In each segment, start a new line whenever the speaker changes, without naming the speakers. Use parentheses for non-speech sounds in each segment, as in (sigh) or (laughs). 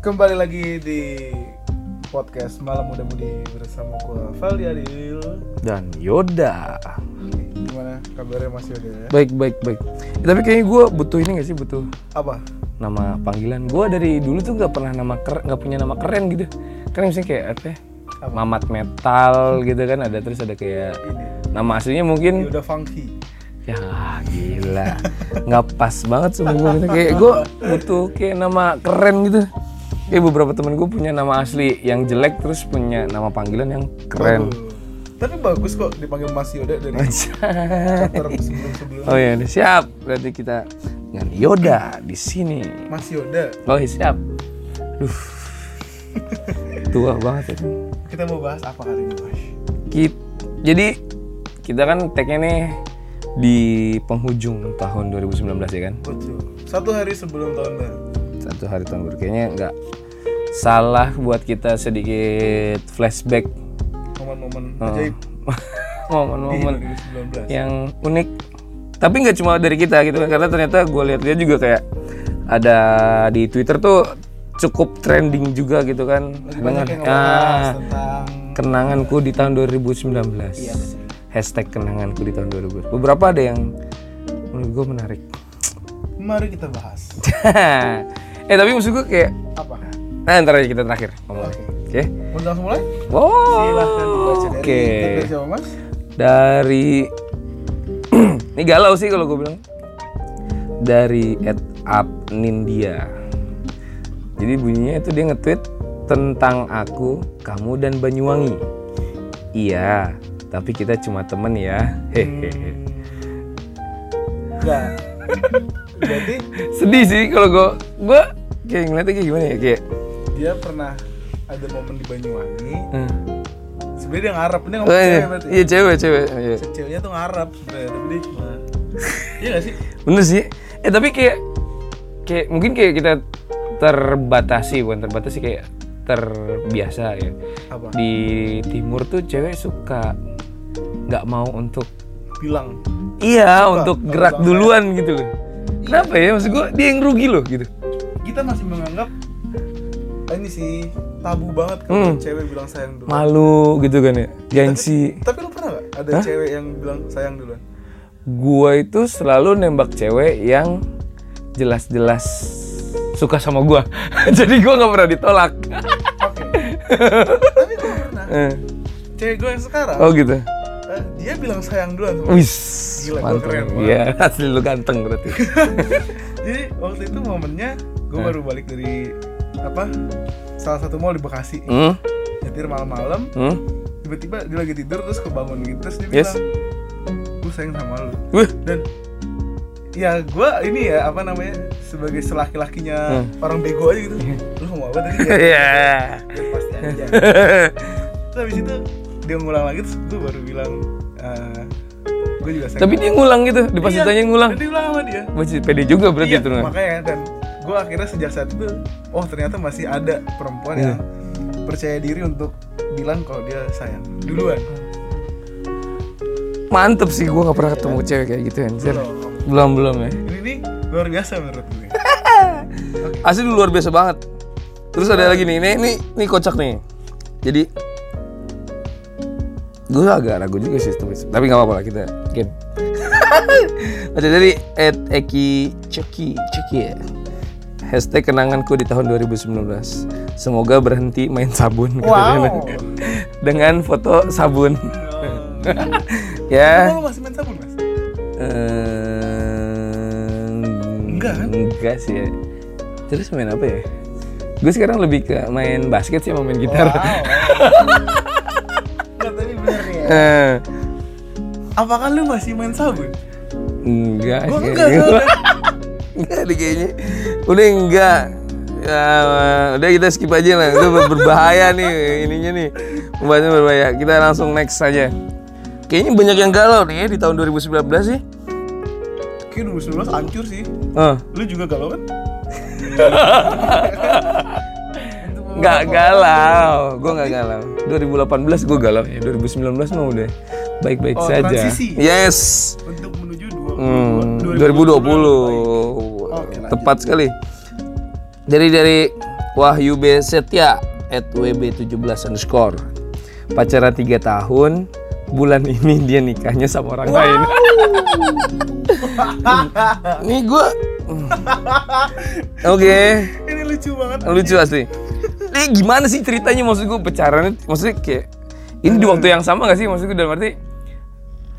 kembali lagi di podcast malam muda mudi bersama gua Valdi Adil.
dan Yoda.
Gimana kabarnya Mas Yoda? ya?
Baik, baik, baik. Eh, tapi kayaknya gue butuh ini gak sih butuh
Apa?
nama panggilan. Gue dari dulu tuh nggak pernah nama keren, nggak punya nama keren gitu. Keren misalnya kayak apa? ya,
Apa?
Mamat metal gitu kan ada terus ada kayak
Ini.
nama aslinya mungkin
Yoda funky.
ya gila nggak pas banget semua gitu. kayak gue butuh kayak nama keren gitu kayak beberapa temen gue punya nama asli yang jelek terus punya nama panggilan yang keren
Bagus. Tapi bagus kok dipanggil Mas Yoda dari
(laughs)
chapter sebelum-sebelum.
Oh ya, siap. Berarti kita dengan Yoda di sini.
Mas Yoda,
Oh ya, siap. Duh. (laughs) Tua banget ya.
kita mau bahas apa kali ini, Mas?
Ki- jadi kita kan tag-nya nih di penghujung tahun 2019 ya kan.
Betul. Satu hari sebelum tahun baru.
Satu hari tahun baru kayaknya nggak salah buat kita sedikit flashback (laughs)
Momen-momen ajaib
momen-momen
di 2019.
yang unik tapi nggak cuma dari kita gitu kan karena ternyata gue lihat-lihat juga kayak ada di Twitter tuh cukup trending juga gitu kan
Lagi banyak yang ngebahas
ah,
tentang
kenanganku di tahun 2019
Iya, betul.
hashtag kenanganku di tahun 2019 beberapa ada yang menurut gue menarik (laughs)
Mari kita bahas.
eh tapi maksud gue kayak
Apa?
nah ntar aja kita terakhir ngomongnya.
Oke.
oke
Mau langsung mulai?
wow
Silahkan dibaca
Oh. oke
dari dari siapa, Mas?
dari (clears throat) ini galau sih kalau gue bilang dari at Nindia jadi bunyinya itu dia nge-tweet tentang aku kamu dan Banyuwangi iya tapi kita cuma temen ya hehehe
Hmm. Nah, (laughs) jadi
sedih sih kalau gue gue kayak ngeliatnya kayak gimana ya kayak
dia pernah ada momen di Banyuwangi.
eh,
Sebenarnya dia ngarep, dia ngomong
oh, iya,
Hmm. cewek berarti. ya?
iya cewek cewek iya.
Ceweknya tuh ngarep sebenarnya, tapi dia cuma Iya gak sih?
Bener sih. Eh tapi kayak kayak mungkin kayak kita terbatasi bukan terbatasi kayak terbiasa ya.
Apa?
Di timur tuh cewek suka nggak mau untuk
Bilang.
iya
Suka,
untuk
kalau
gerak
bang
duluan gitu loh. Kenapa ya maksud gua dia yang rugi loh gitu.
Kita masih menganggap ah, ini sih tabu banget
Hmm.
kalau cewek bilang sayang dulu.
Malu gitu kan ya. Gengsi.
Tapi lu pernah gak ada cewek yang bilang sayang duluan?
Gua itu selalu nembak cewek yang jelas-jelas suka sama gua. (laughs) Jadi gua nggak pernah ditolak.
Oke. tapi gue pernah.
Eh,
Cewek gue yang sekarang,
Oh gitu.
eh, dia bilang sayang duluan. sama
Wis,
Gila, gua
mantep.
keren banget.
Iya, asli lu ganteng berarti.
(laughs) Jadi waktu itu momennya gue
Hah?
baru balik dari apa salah satu mall di Bekasi.
hmm?
Nyetir malam-malam,
Hmm?
tiba-tiba dia lagi tidur terus kebangun gitu terus dia
Yes.
bilang, "Gue sayang sama lu."
Wih,
Dan ya gue ini ya apa namanya sebagai selaki-lakinya
Hmm.
orang bego aja gitu. Lu ngomong apa
(laughs)
tadi? Ya, (laughs)
iya.
ya pasti
(laughs)
aja. Terus habis itu dia ngulang lagi terus gue baru bilang, "Gue juga sayang."
Tapi dia ngulang gitu, di pas
Iya,
ditanya ngulang.
Dia bilang sama dia.
Masih pede juga berarti
iya,
itu. Nah.
makanya dan gue akhirnya sejak saat itu oh ternyata masih ada perempuan
Iya.
yang percaya diri untuk bilang kalau dia sayang duluan
Hmm. Mantep sih gua nggak pernah ketemu cewek kayak gitu anjir.
Belum.
Belum belum ya.
ini nih luar biasa menurut gue
Asli lu luar biasa banget. Terus ada lagi nih, ini ini, ini kocak nih. Jadi gue agak ragu juga sih tapi tapi nggak apa-apa lah kita game. (laughs) ada dari at Eki Ceki Ceki ya. Hashtag kenanganku di tahun 2019 Semoga berhenti main sabun kata dia.
wow
(laughs) Dengan foto sabun Ya
Emang Eh. lu masih main sabun mas
Ehm,
Enggak kan?
Enggak sih ya. Terus main apa ya? Gue sekarang lebih ke main basket sih sama main gitar.
Nggak, tapi bener nih ya.
(laughs) Eh,
Apakah lu masih main sabun?
enggak
Gue
sih.
enggak soalnya.
(laughs) Enggak deh kayaknya. Udah enggak. Ya, udah kita skip aja lah. Itu ber- berbahaya nih ininya nih. Pembahasannya berbahaya. Kita langsung next aja. Kayaknya banyak yang galau nih ya di tahun 2019 sih.
Kayak 2019 hancur sih
Eh.
Lu juga galau kan?
Nggak galau, gue nggak galau. 2018 gue galau ya, 2019 mah udah baik-baik
Oh,
saja.
transisi.
Yes.
Untuk menuju
Hmm,
2020
2020.
Oke, lanjut.
Tepat sekali. Dari dari Wahyu B Setia at WB17 underscore. Pacaran 3 tahun, bulan ini dia nikahnya sama orang lain. Nih gue
(laughs)
Oke,
ini lucu banget
lucu asli. Ini gimana sih ceritanya maksud gue pacaran? Maksudnya kayak ini di waktu yang sama gak sih maksud gue dalam arti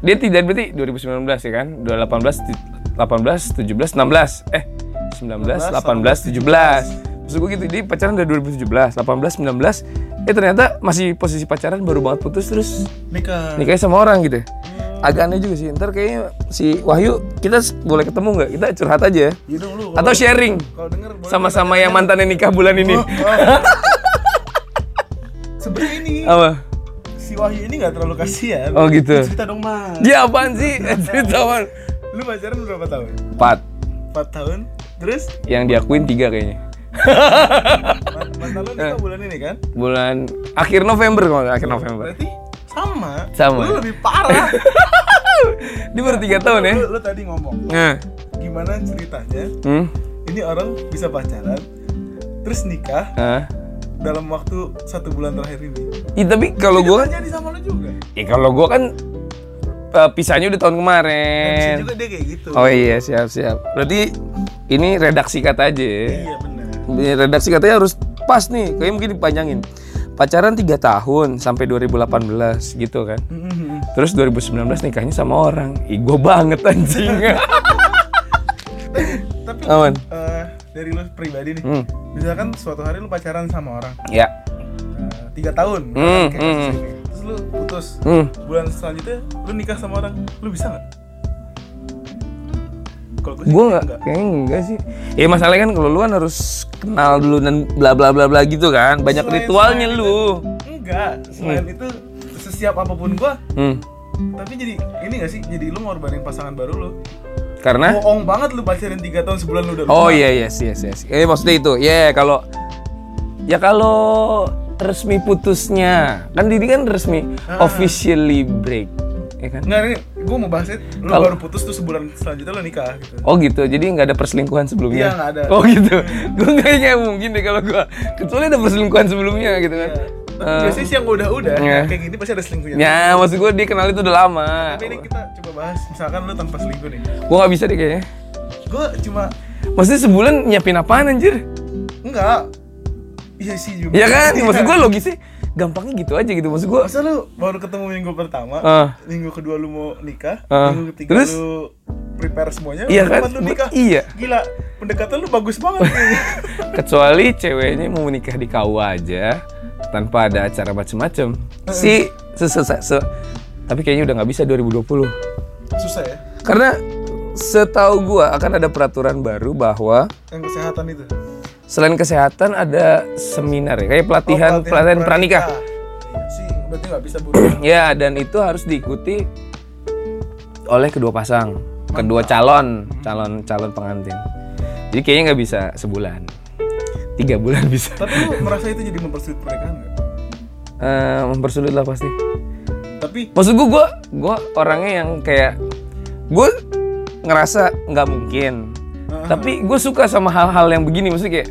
dia tidak berarti 2019 ya kan? 2018 ti- 18 17 16 eh 19 18 17. Maksud gue gitu dia pacaran dari 2017, 18 19 eh ternyata masih posisi pacaran baru banget putus terus
nikah
nikahnya sama orang gitu. Agak aneh juga sih. Ntar kayaknya si Wahyu kita s- boleh ketemu nggak? Kita curhat aja ya.
Iya dong lu.
Atau
kalau-
sharing
Kalau denger boleh
sama-sama yang mantannya nikah bulan ini.
(laughs) Oh. Sebenarnya ini
Apa?
si Wahyu ini nggak terlalu kasihan.
Oh, gitu.
Cerita dong mas.
Dia apaan sih? (laughs) Cerita apaan?
Lu pacaran berapa tahun?
Empat.
4 tahun. Terus
Yang diakuin tiga kayaknya.
mat- mantan lu
Eh.
nikah bulan ini kan?
Bulan akhir November kalau nggak, akhir November.
Berarti sama.
Sama.
Lu lebih
(laughs)
parah.
Dia baru tiga tahun ya?
lu, lu tadi ngomong
Nah.
gimana ceritanya
Hmm.
ini orang bisa pacaran terus nikah
Ah.
dalam waktu satu bulan terakhir ini.
Ih, tapi kalau
Gua
gua,
jadi sama lu juga.
eh kalau gua kan eh, pisahnya udah tahun
Bisa
kemarin.
juga dia kayak gitu.
Oh iya siap siap. Berarti ini redaksi kata aja. ya?
Iya benar.
Ini Redaksi katanya harus pas nih. Kayaknya mungkin dipanjangin. Pacaran 3 tahun sampai 2018 gitu kan. Terus 2019 nikahnya sama orang. Ih, gue banget anjing.
Tapi
Aman.
eh, dari lu pribadi nih,
Hmm.
misalkan suatu hari lu pacaran sama orang
Ya.
eh, tiga tahun,
Hmm,
misalkan kayak
hmm,
kasus
hmm.
ini. terus lu putus
Hmm.
bulan selanjutnya lu nikah sama orang, lu bisa nggak? Kalau gue
Gue nggak, kayaknya enggak sih. Ya masalahnya kan kalau lu kan harus kenal dulu dan bla bla bla bla gitu kan. Banyak
Selain-
ritualnya
selain
lu.
Enggak. Selain itu sesiap apapun gua,
Hmm.
tapi jadi ini gak sih? Jadi lu ngorbanin pasangan baru lu.
Karena
Bohong banget lu pacaran tiga tahun sebulan lu udah
Oh
lupa.
iya yes yes yes. Eh maksudnya itu. Ya kalau ya kalau resmi putusnya kan Didi kan resmi officially break ya kan
Nggak, ini gue mau bahas itu. Lu
Kalau-
baru putus tuh sebulan selanjutnya lu nikah gitu.
Oh gitu, jadi nggak ada perselingkuhan
Iya,
sebelumnya?
nggak ada.
Oh gitu, gue kayaknya mungkin deh kalau gue kecuali ada perselingkuhan sebelumnya gitu
Iya.
kan?
Tapi biasanya sih yang udah-udah
iya.
kayak gini pasti ada selingkuhnya.
Ya, maksud gue dia kenal itu udah lama.
Tapi ini kita coba bahas misalkan lu tanpa selingkuh nih.
Gue nggak bisa deh kayaknya.
Gue cuma
Maksudnya sebulan nyiapin apaan anjir?
enggak. Iya sih juga.
Ya kan? Maksud gue logisnya gampangnya gitu aja gitu. Maksud gue,
Masa lu baru ketemu minggu pertama,
Ah.
minggu kedua lu mau nikah,
Ah.
minggu ketiga
Terus?
lu prepare semuanya,
Iya
minggu
kan?
keempat lu nikah.
Iya.
Gila, pendekatan lu bagus banget. kayaknya.
kecuali ceweknya mau nikah di KUA aja tanpa ada acara macem-macem. Si sesesa se- tapi kayaknya udah nggak bisa 2020.
(laughs) Susah ya,
Karena setahu gua akan ada peraturan baru bahwa
yang kesehatan itu.
selain kesehatan ada seminar ya, kayak
Oh,
pelatihan pelatihan pranikah.
Iya sih, berarti nggak bisa buru.
Ya, dan itu harus diikuti oleh kedua pasang, kedua calon, calon calon pengantin. Jadi kayaknya nggak bisa sebulan, tiga bulan (laughs) bisa.
Tapi lu merasa itu jadi mempersulit pernikahan nggak?
Eh, mempersulit lah pasti.
Tapi
Maksud gua, gua, gua orangnya yang kayak gua ngerasa nggak mungkin. Tapi gue suka sama hal-hal yang begini. Maksudnya kayak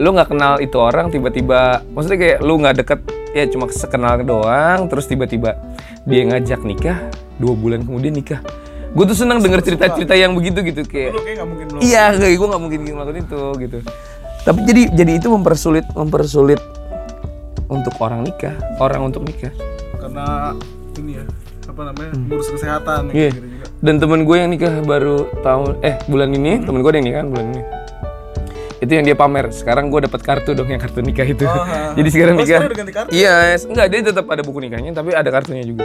lu nggak kenal itu orang tiba-tiba. Maksudnya kayak lu nggak deket ya cuma sekenal doang. Terus tiba-tiba dia ngajak nikah. Dua bulan kemudian nikah. Gue tuh senang denger cerita-cerita yang begitu gitu kayak.
lu kayak nggak mungkin belum.
Iya, kayak gue nggak mungkin ngelakuin itu gitu. Tapi jadi jadi itu mempersulit mempersulit untuk orang nikah, orang untuk nikah.
karena ini ya apa namanya ngurus kesehatan
Hmm. Iya.
gitu juga
Dan temen gue yang nikah baru tahun eh bulan ini, temen gue ada yang nikah kan bulan ini. Itu yang dia pamer. Sekarang gue dapat kartu dong yang kartu nikah itu.
Oh,
Jadi sekarang
oh,
nikah.
sekarang udah ganti kartu?
Iya, yes. enggak dia tetap ada buku nikahnya tapi ada kartunya juga.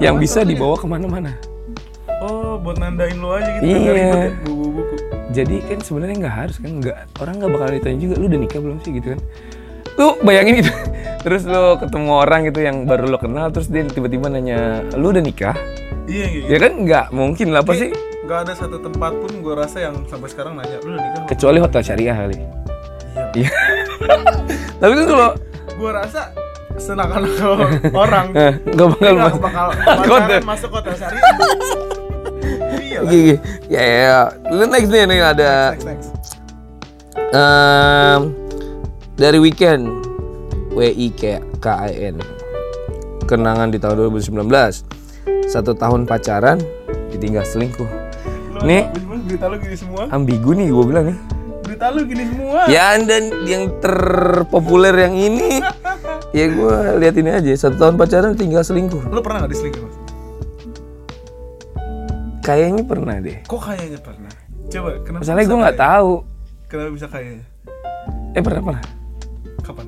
Yang bisa dibawa kemana-mana.
oh buat nandain lu aja gitu
Iya.
nggak ribet ya, buku-buku
Jadi kan sebenarnya nggak harus kan nggak orang nggak bakal ditanya juga lu udah nikah belum sih gitu kan. Lu bayangin gitu. (laughs) Terus lu ketemu orang gitu yang baru lo kenal terus dia tiba-tiba nanya, "Lu udah nikah?"
iya kayak gitu
Ya kan nggak mungkin lah pasti
nggak ada satu tempat pun gue rasa yang sampai sekarang nanya lu udah nikah belum?"
kecuali hotel syariah kali.
iya
Iya. (laughs) Tapi kan kalau
gue rasa senakal (laughs) orang
eh, (laughs) nggak bakal
nggak
mas-
bakal
Konten.
pacaran masuk kota sari iya lah.
Gigi. Ya ya. ya. Lu next nih nih ada
next next
em, dari weekend W I K K I N kenangan di tahun 2019 satu tahun pacaran ditinggal selingkuh Nih.
Bener-bener berita lu gini semua
ambigu nih gue bilang nih
berita lu gini semua
ya dan yang terpopuler yang ini ya gue lihat ini aja satu tahun pacaran tinggal selingkuh
lu pernah nggak diselingkuh mas
kayaknya pernah deh
kok kayaknya pernah coba kenapa
misalnya
bisa
gue nggak
kayak-
tahu
kenapa bisa kayaknya
eh pernah pernah
kapan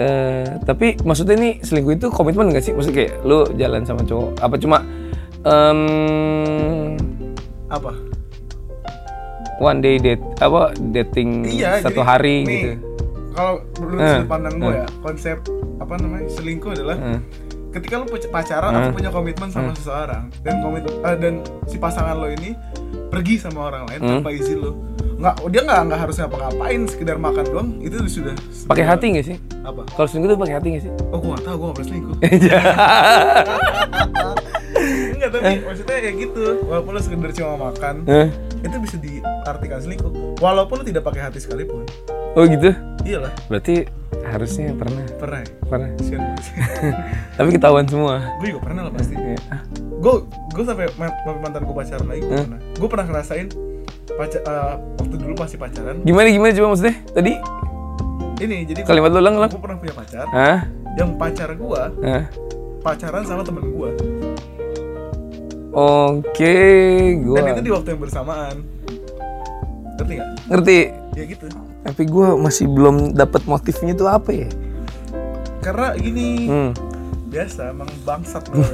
Eh, tapi maksudnya nih selingkuh itu komitmen gak sih? Maksudnya kayak lu jalan sama cowok apa cuma em,
apa
one day date apa dating Hmm,
Iya, jadi
satu hari
nih,
gitu.
kalau menurut
Eh,
sudut pandang gue ya konsep apa namanya selingkuh adalah
Eh,
ketika lu pac- pacaran
Hmm.
atau punya komitmen sama seseorang dan komit eh, dan si pasangan lo ini pergi sama orang
Hmm.
lain tanpa izin lo nggak dia nggak nggak harus ngapa-ngapain sekedar makan doang itu sudah
pakai hati gak sih?
apa
Kalau selingkuh tuh pakai hati
(laughs)
gak sih? Iya.
oh gue nggak tahu gue nggak pernah
(laughs)
selingkuh Enggak tapi maksudnya ya gitu walaupun lo sekedar cuma makan
Eh,
itu bisa diartikan selingkuh walaupun lo tidak pakai hati sekalipun
oh gitu.
iyalah
Berarti harusnya pernah
pernah ya?
pernah.
Sian banget sih.
tapi ketahuan semua.
gue juga pernah lah pasti
Iya. Ah,
gue gue sampai ma- sampai mantan gue pacaran lagi
Eh.
gue pernah gue pernah ngerasain pacar eh, waktu dulu masih pacaran
Gimana gimana coba maksudnya? Tadi
ini jadi gue,
kalimat lu ulang ulang.
gue pernah punya pacar
Hah?
yang pacar gue
Hah?
pacaran sama temen gue
Oke,
dan
gua
itu di waktu yang bersamaan ngerti nggak
ngerti.
ya gitu
Tapi gua masih belum dapat motifnya tuh apa ya?
karena gini
Hmm.
biasa emang
(laughs)
bangsat gue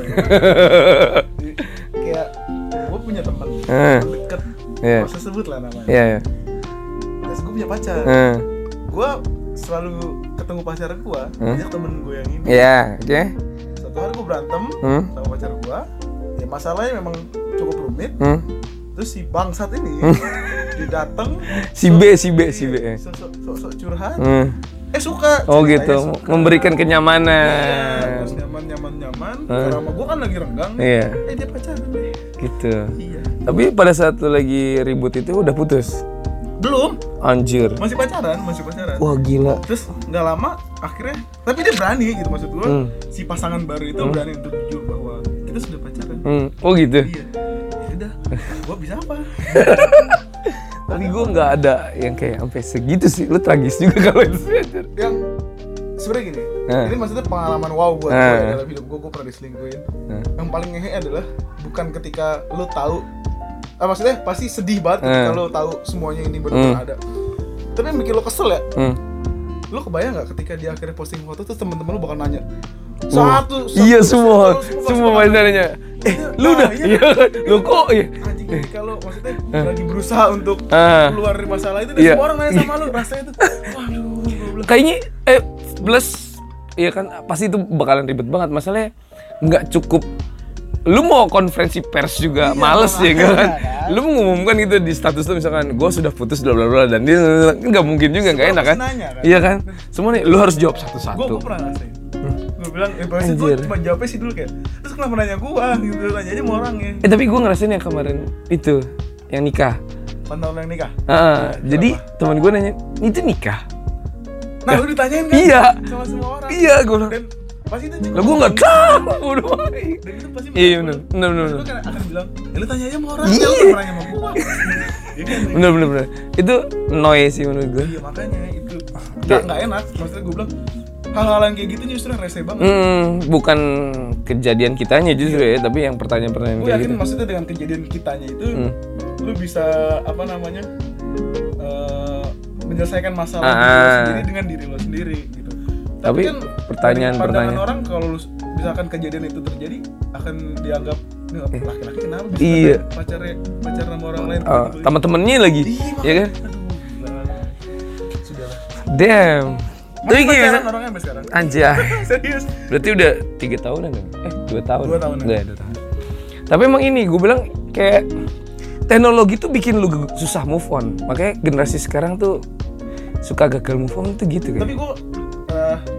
Jadi, kayak gue punya teman
Eh.
deket
Iya.
masa sebut lah namanya
Iya, iya.
terus gue punya pacar
Eh,
gue selalu ketemu pacar gue ajak temen gue yang ini
Hmm. Iya, oke.
satu hari gue berantem
Hmm.
sama pacar gua ya masalahnya memang cukup rumit
Hmm.
terus si bangsat ini didateng Iya,
Si B, si Hmm. (laughs) B, si B. eh.
sosok sosok curhat
Hmm.
eh suka
Oh
ceritanya
gitu,
suka.
memberikan
Iya,
kenyamanan.
terus nyaman nyaman nyaman karena sama gua kan lagi renggang nih.
Iya,
eh dia pacaran
gitu.
iya
Tapi pada saat lu lagi ribut itu udah putus.
belum
Anjir.
masih pacaran masih pacaran
Wah, gila.
terus nggak lama akhirnya tapi dia berani gitu maksud gua
Hmm.
si pasangan baru itu berani untuk jujur bahwa kita sudah pacaran
Hmm. Oh gitu.
iya ya udah gua bisa apa
Tapi gua nggak ada yang kayak sampai segitu sih. Lu tragis juga (laughs) kalau itu. anjir.
yang sebenarnya gini
Eh.
ini maksudnya pengalaman wow buat
Eh.
gue dalam hidup gue gue pernah diselingkuhin
Eh.
yang paling ngehe adalah bukan ketika lu tahu ah, maksudnya pasti sedih banget ketika
Eh.
lu tahu semuanya ini benar-benar ada tapi yang bikin lo kesel ya
Hmm.
lu kebayang nggak ketika dia akhirnya posting foto terus temen-temen lu bakal nanya satu, satu
Iya semua,
satu,
semua
bakal nanya.
pacarnya. Eh, lu
Nah,
udah,
iya.
iya, kan? lu kok, iya.
anjing ketika lo maksudnya lagi berusaha untuk
Ah.
keluar dari masalah itu dan
Eh. Iya.
semua orang nanya sama
(laughs)
lu rasanya itu waduh gua bilang,
kayaknya eh plus ya kan pasti itu bakalan ribet banget masalahnya nggak cukup lu mau konferensi pers juga
Iya,
males ya nggak kan lu mengumumkan gitu di status lu misalkan gue sudah putus bla bla bla dan dia kan nggak mungkin juga nggak enak kan
harus nanya, kan?
iya kan semua nih lu harus jawab satu
gue
satu Hmm.
gue pernah ngerasain gue bilang ya pasti gue
Anjir.
cuma jawabnya sih dulu kayak terus kenapa nanya gue gitu nanya aja sama orangnya
eh tapi gue ngerasain yang kemarin itu yang nikah
pantau yang nikah
Ah, jadi teman gue nanya itu nikah
nah lu ditanyain kan
Iya.
sama semua orang
iya gue bilang
dan pasti itu juga gitu.
lah gue nggak tahu
(laughs)
udah
dan itu pasti
iya iya, bener bener bener
gue
bener.
kan akan bilang ya lu tanya aja sama orang
Iya.
ya lu nggak pernah nanya sama gue
bener bener bener itu noise sih menurut gue
iya makanya itu nggak nggak enak maksudnya gue bilang hal-hal yang kayak gitu justru rese banget
Hmm, bukan kejadian kitanya justru ya, tapi yang pertanyaan-pertanyaan
gue
kayak
yakin
gitu.
maksudnya dengan kejadian kitanya itu
Hmm.
lu bisa apa namanya eh, menyelesaikan masalah
Ah,
diri lo
ah.
sendiri dengan diri lo sendiri gitu
Tapi pertanyaan-
dari pandangan
pertanyaan.
orang kalau lu s- misalkan kejadian itu terjadi akan dianggap "Ini apa, laki-laki kenapa bisa
Hmm. Iya.
sampai pacarnya pacar sama orang lain
Ah,
gitu-gitu."
teman-temannya lagi,
Iya,
ya kan?
Aduh, gila. sudahlah
Damn. Tapi
Masih
gimana?
pacaran orangnya sampai sekarang
Anjay.
serius
Berarti udah tiga tahunan dong? Eh, dua tahun.
Dua tahunan.
Udah, dua tahun. Tapi emang ini gue bilang kayak teknologi tuh bikin lu ge- susah move on. Makanya generasi sekarang tuh suka gagal move on tuh gitu
tapi
kan.
gue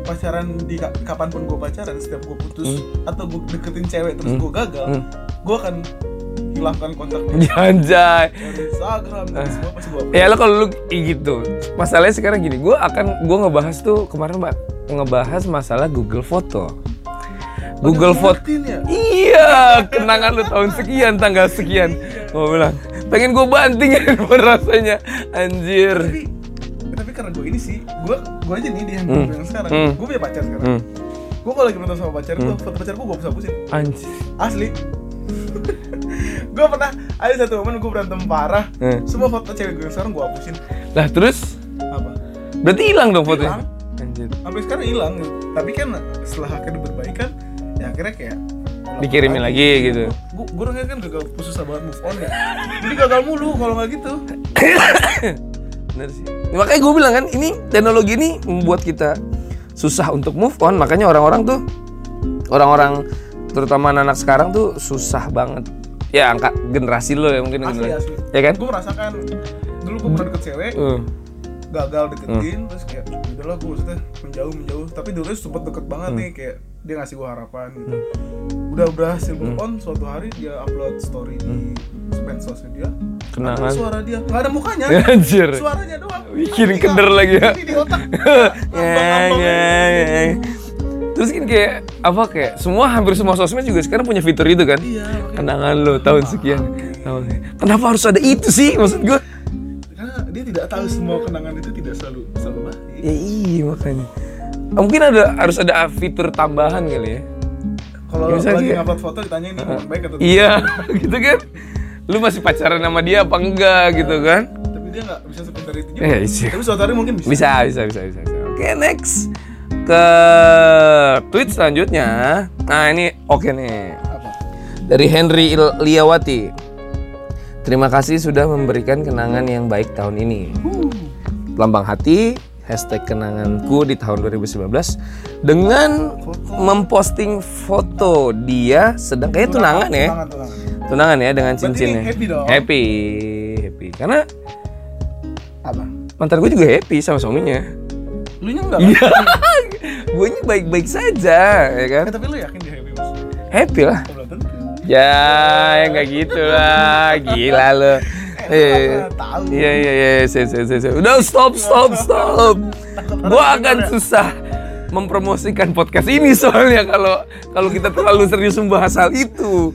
pacaran di ka- kapanpun
Hmm.
gue pacaran setiap gue putus atau gue deketin cewek terus gue gagal gue akan hilangkan kontak di
(laughs) Anjay.
Instagram dan semua pasti gua
Ya lo kalau lu i- gitu. Masalahnya sekarang gini, gue akan gue ngebahas tuh kemarin mbak ngebahas masalah Google Foto. Google Foto.
Buktiin ya
Iya, kenangan lu tahun sekian, tanggal sekian. Gue bilang, pengen gue banting (laughs) handphone rasanya. Anjir.
tapi tapi karena gue ini sih gue gue aja nih di handphone gua yang sekarang
Hmm.
gue punya pacar sekarang
Hmm.
gue kalau lagi nonton sama pacar gue foto pacar gue gue hapus hapusin
Anjir.
asli (laughs) gue pernah ada satu momen gue berantem parah
Hmm.
semua foto cewek gue yang sekarang gue hapusin
Lah terus
apa
berarti hilang dong fotonya?
Hilang.
Anjir.
sampai sekarang hilang tapi kan setelah akhirnya berbaikan ya akhirnya kayak
Dikirimin lagi gitu.
gue gue orangnya kan gagal susah banget move on ya jadi gagal mulu kalau nggak gitu
Bener sih. Makanya gue bilang kan ini teknologi ini membuat kita susah untuk move on. Makanya orang-orang tuh orang-orang terutama anak sekarang tuh susah banget. Ya angkat generasi lo ya mungkin
asli
generasi.
asli
Ya kan?
gue merasakan dulu gue pernah deket cewek
Hmm.
gagal deketin terus kayak udahlah gue maksudnya menjauh menjauh tapi dulu sempet deket banget
Hmm.
nih kayak dia ngasih gue harapan gitu udah berhasil
Hmm.
move on suatu hari dia upload story di mensosnya dia
Kenangan. (laughs)
suara dia nggak ada mukanya
Anjir.
suaranya doang
Bikin
Ini
keder
nggak-
lagi ya.
ini di
(laughs)
otak
Nyeng, nyeng, nyeng. Terus kan kayak apa kayak semua hampir semua sosmed juga sekarang punya fitur itu kan?
iya makanya.
Kenangan lo tahun sekian. Tahun sekian. Kenapa harus ada itu sih maksud gue?
karena dia tidak tahu semua kenangan itu tidak selalu selalu baik
Ya iya makanya. Ah, Mungkin ada harus ada fitur tambahan kali ya.
kalau
Ya, bisa
lagi
sih.
upload foto ditanya ini momen baik atau
Iya, (laughs) gitu kan. Lu masih pacaran sama dia apa enggak gitu kan?
tapi dia nggak bisa sebentar itu juga
Eh, iya.
tapi suatu hari mungkin bisa
Bisa, bisa, bisa, bisa. bisa. Oke, next ke tweet selanjutnya. Nah, ini oke nih.
apa
Dari Henry Il- Liawati. Terima kasih sudah memberikan kenangan yang baik tahun ini. Lambang hati hashtag kenanganku di tahun 2019 dengan memposting foto dia sedang kayak tunangan ya.
tunangan tunangan
Tunangan ya dengan
Berarti
cincinnya.
happy dong.
Happy, happy. Karena
apa
mantan gue juga happy sama suaminya.
lu nya enggak
Iya. gue ini baik-baik saja, ya kan?
Eh, tapi lu yakin dia happy mas
Happy lah.
Oh, belum tentu
Ya, ya nggak gitu lah. Gila lo. Eh,
mana tahu.
Iya iya iya, sip, sip, sip, sip. Udah stop stop stop. Gua akan susah mempromosikan podcast ini soalnya kalau kalau kita terlalu serius membahas hal itu.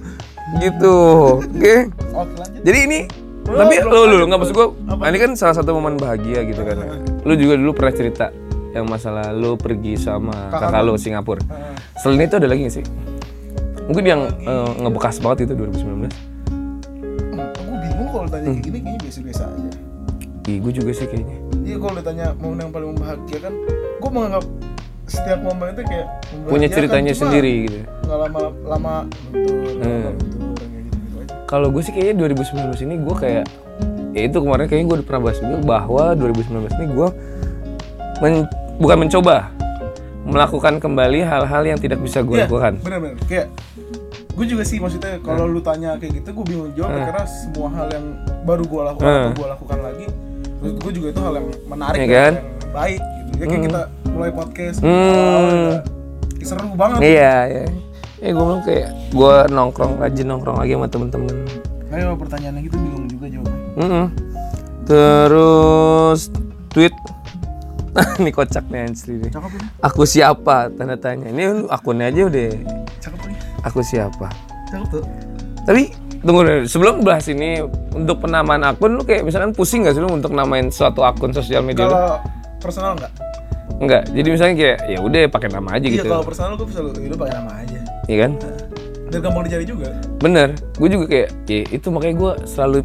Gitu. Oke.
Oh, oke lanjut
Jadi ini
Belum,
tapi
belum
lo
lanjut,
lo nggak maksud gua.
Apa?
Ini kan salah satu momen bahagia gitu kan. Lu juga dulu pernah cerita yang masalah lu pergi sama
Kakak
kakak lu Singapura.
Heeh.
Selain itu ada lagi nggak sih? Mungkin yang eh, ngebekas banget itu 2019.
aku bingung kalau tanya
Hmm.
kayak gini kayaknya biasa-biasa aja
Ih, gue juga sih kayaknya.
iya kalau ditanya momen yang paling membahagiakan gue menganggap setiap momen itu kayak
Punya
membahagiakan,
ceritanya
kan, cuma
sendiri gitu.
nggak lama-lama
Hmm.
luntur luntur kayak gitu aja
Kalau gue sih kayaknya 2019 ini gue kayak ya itu kemarin kayaknya gue udah pernah bahas juga bahwa 2019 ini gue men- bukan mencoba melakukan kembali hal-hal yang tidak bisa gue
Iya,
lakukan.
bener-bener kayak gue juga sih maksudnya kalau
Hmm.
lu tanya kayak gitu gue bingung jawab karena semua hal yang baru gue lakukan
Hmm.
atau gue lakukan lagi menurut gue juga itu hal yang menarik
Iya
dan
kan?
yang baik gitu ya kayak kita mulai podcast
Hmm.
awal-awal kita, seru banget
Iya, ya. Ya gue bilang kayak gue nongkrong rajin nongkrong lagi sama temen-temen.
kayak kalau pertanyaannya gitu bingung juga jawabnya
Mm-mm. Terus tweet. (laughs) Nah, ini kocak nih Ansli nih.
cakep ini
Aku siapa? Tanda tanya. Ini lu akunnya aja udah.
cakep ini
Aku siapa?
cakep tuh
Tapi tunggu dulu. Sebelum bahas ini untuk penamaan akun lu kayak misalkan pusing gak sih lu untuk namain suatu akun sosial media? lu?
kalau personal nggak
Enggak. Jadi misalnya kayak ya udah pakai nama aja
iya
gitu.
kalau personal gue bisa lu lu pakai nama aja
Iya kan?
dan gampang dicari juga
Bener, gue juga kayak ya itu makanya gue selalu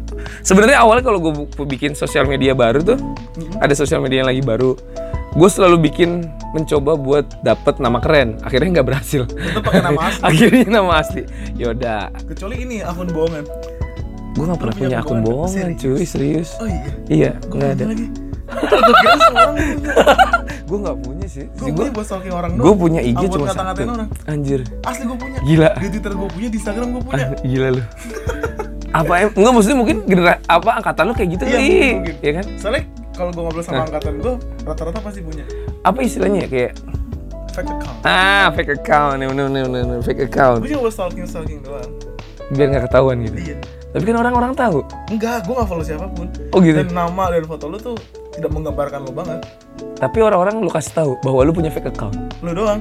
sebenarnya awalnya kalau gue bikin sosial media baru tuh
Mm-hmm.
ada sosial media yang lagi baru, gue selalu bikin mencoba buat dapet nama keren, akhirnya nggak berhasil. (laughs)
tetap pakai nama asli
akhirnya nama asli. Ya Yoda,
kecuali ini akun bohongan
gue nggak pernah punya akun bohongan, cuy serius.
oh iya
Iya, nggak ada.
lagi gue kira semua orang punya
Gue nggak punya sih.
gue punya buat stalking orang
Gue
doang
punya IG
Buat
cuma satu. Iya.
ngata-ngatain orang
Anjir,
asli gue punya
gila. (laughs)
di twitter gue punya di instagram gue punya
Gila lu. apa em enggak maksudnya mungkin genera apa angkatan lu kayak gitu
Iya,
kali.
mungkin.
Iya kan?
soalnya kalau gue ngobrol
Nah.
sama angkatan gue rata-rata pasti punya
Apa istilahnya ya? kayak
fake account
Ah, fake account, no, no, no, no, no, fake account.
gue juga buat stalking stalking doang
Biar nggak ketahuan gitu.
iya
Tapi kan orang-orang tahu.
Enggak, gue gak follow siapapun.
Oh, gitu?
Dan nama dan foto lu tuh tidak menggambarkan lu banget.
Tapi orang-orang lu kasih tahu bahwa lu punya fake account.
Lu doang.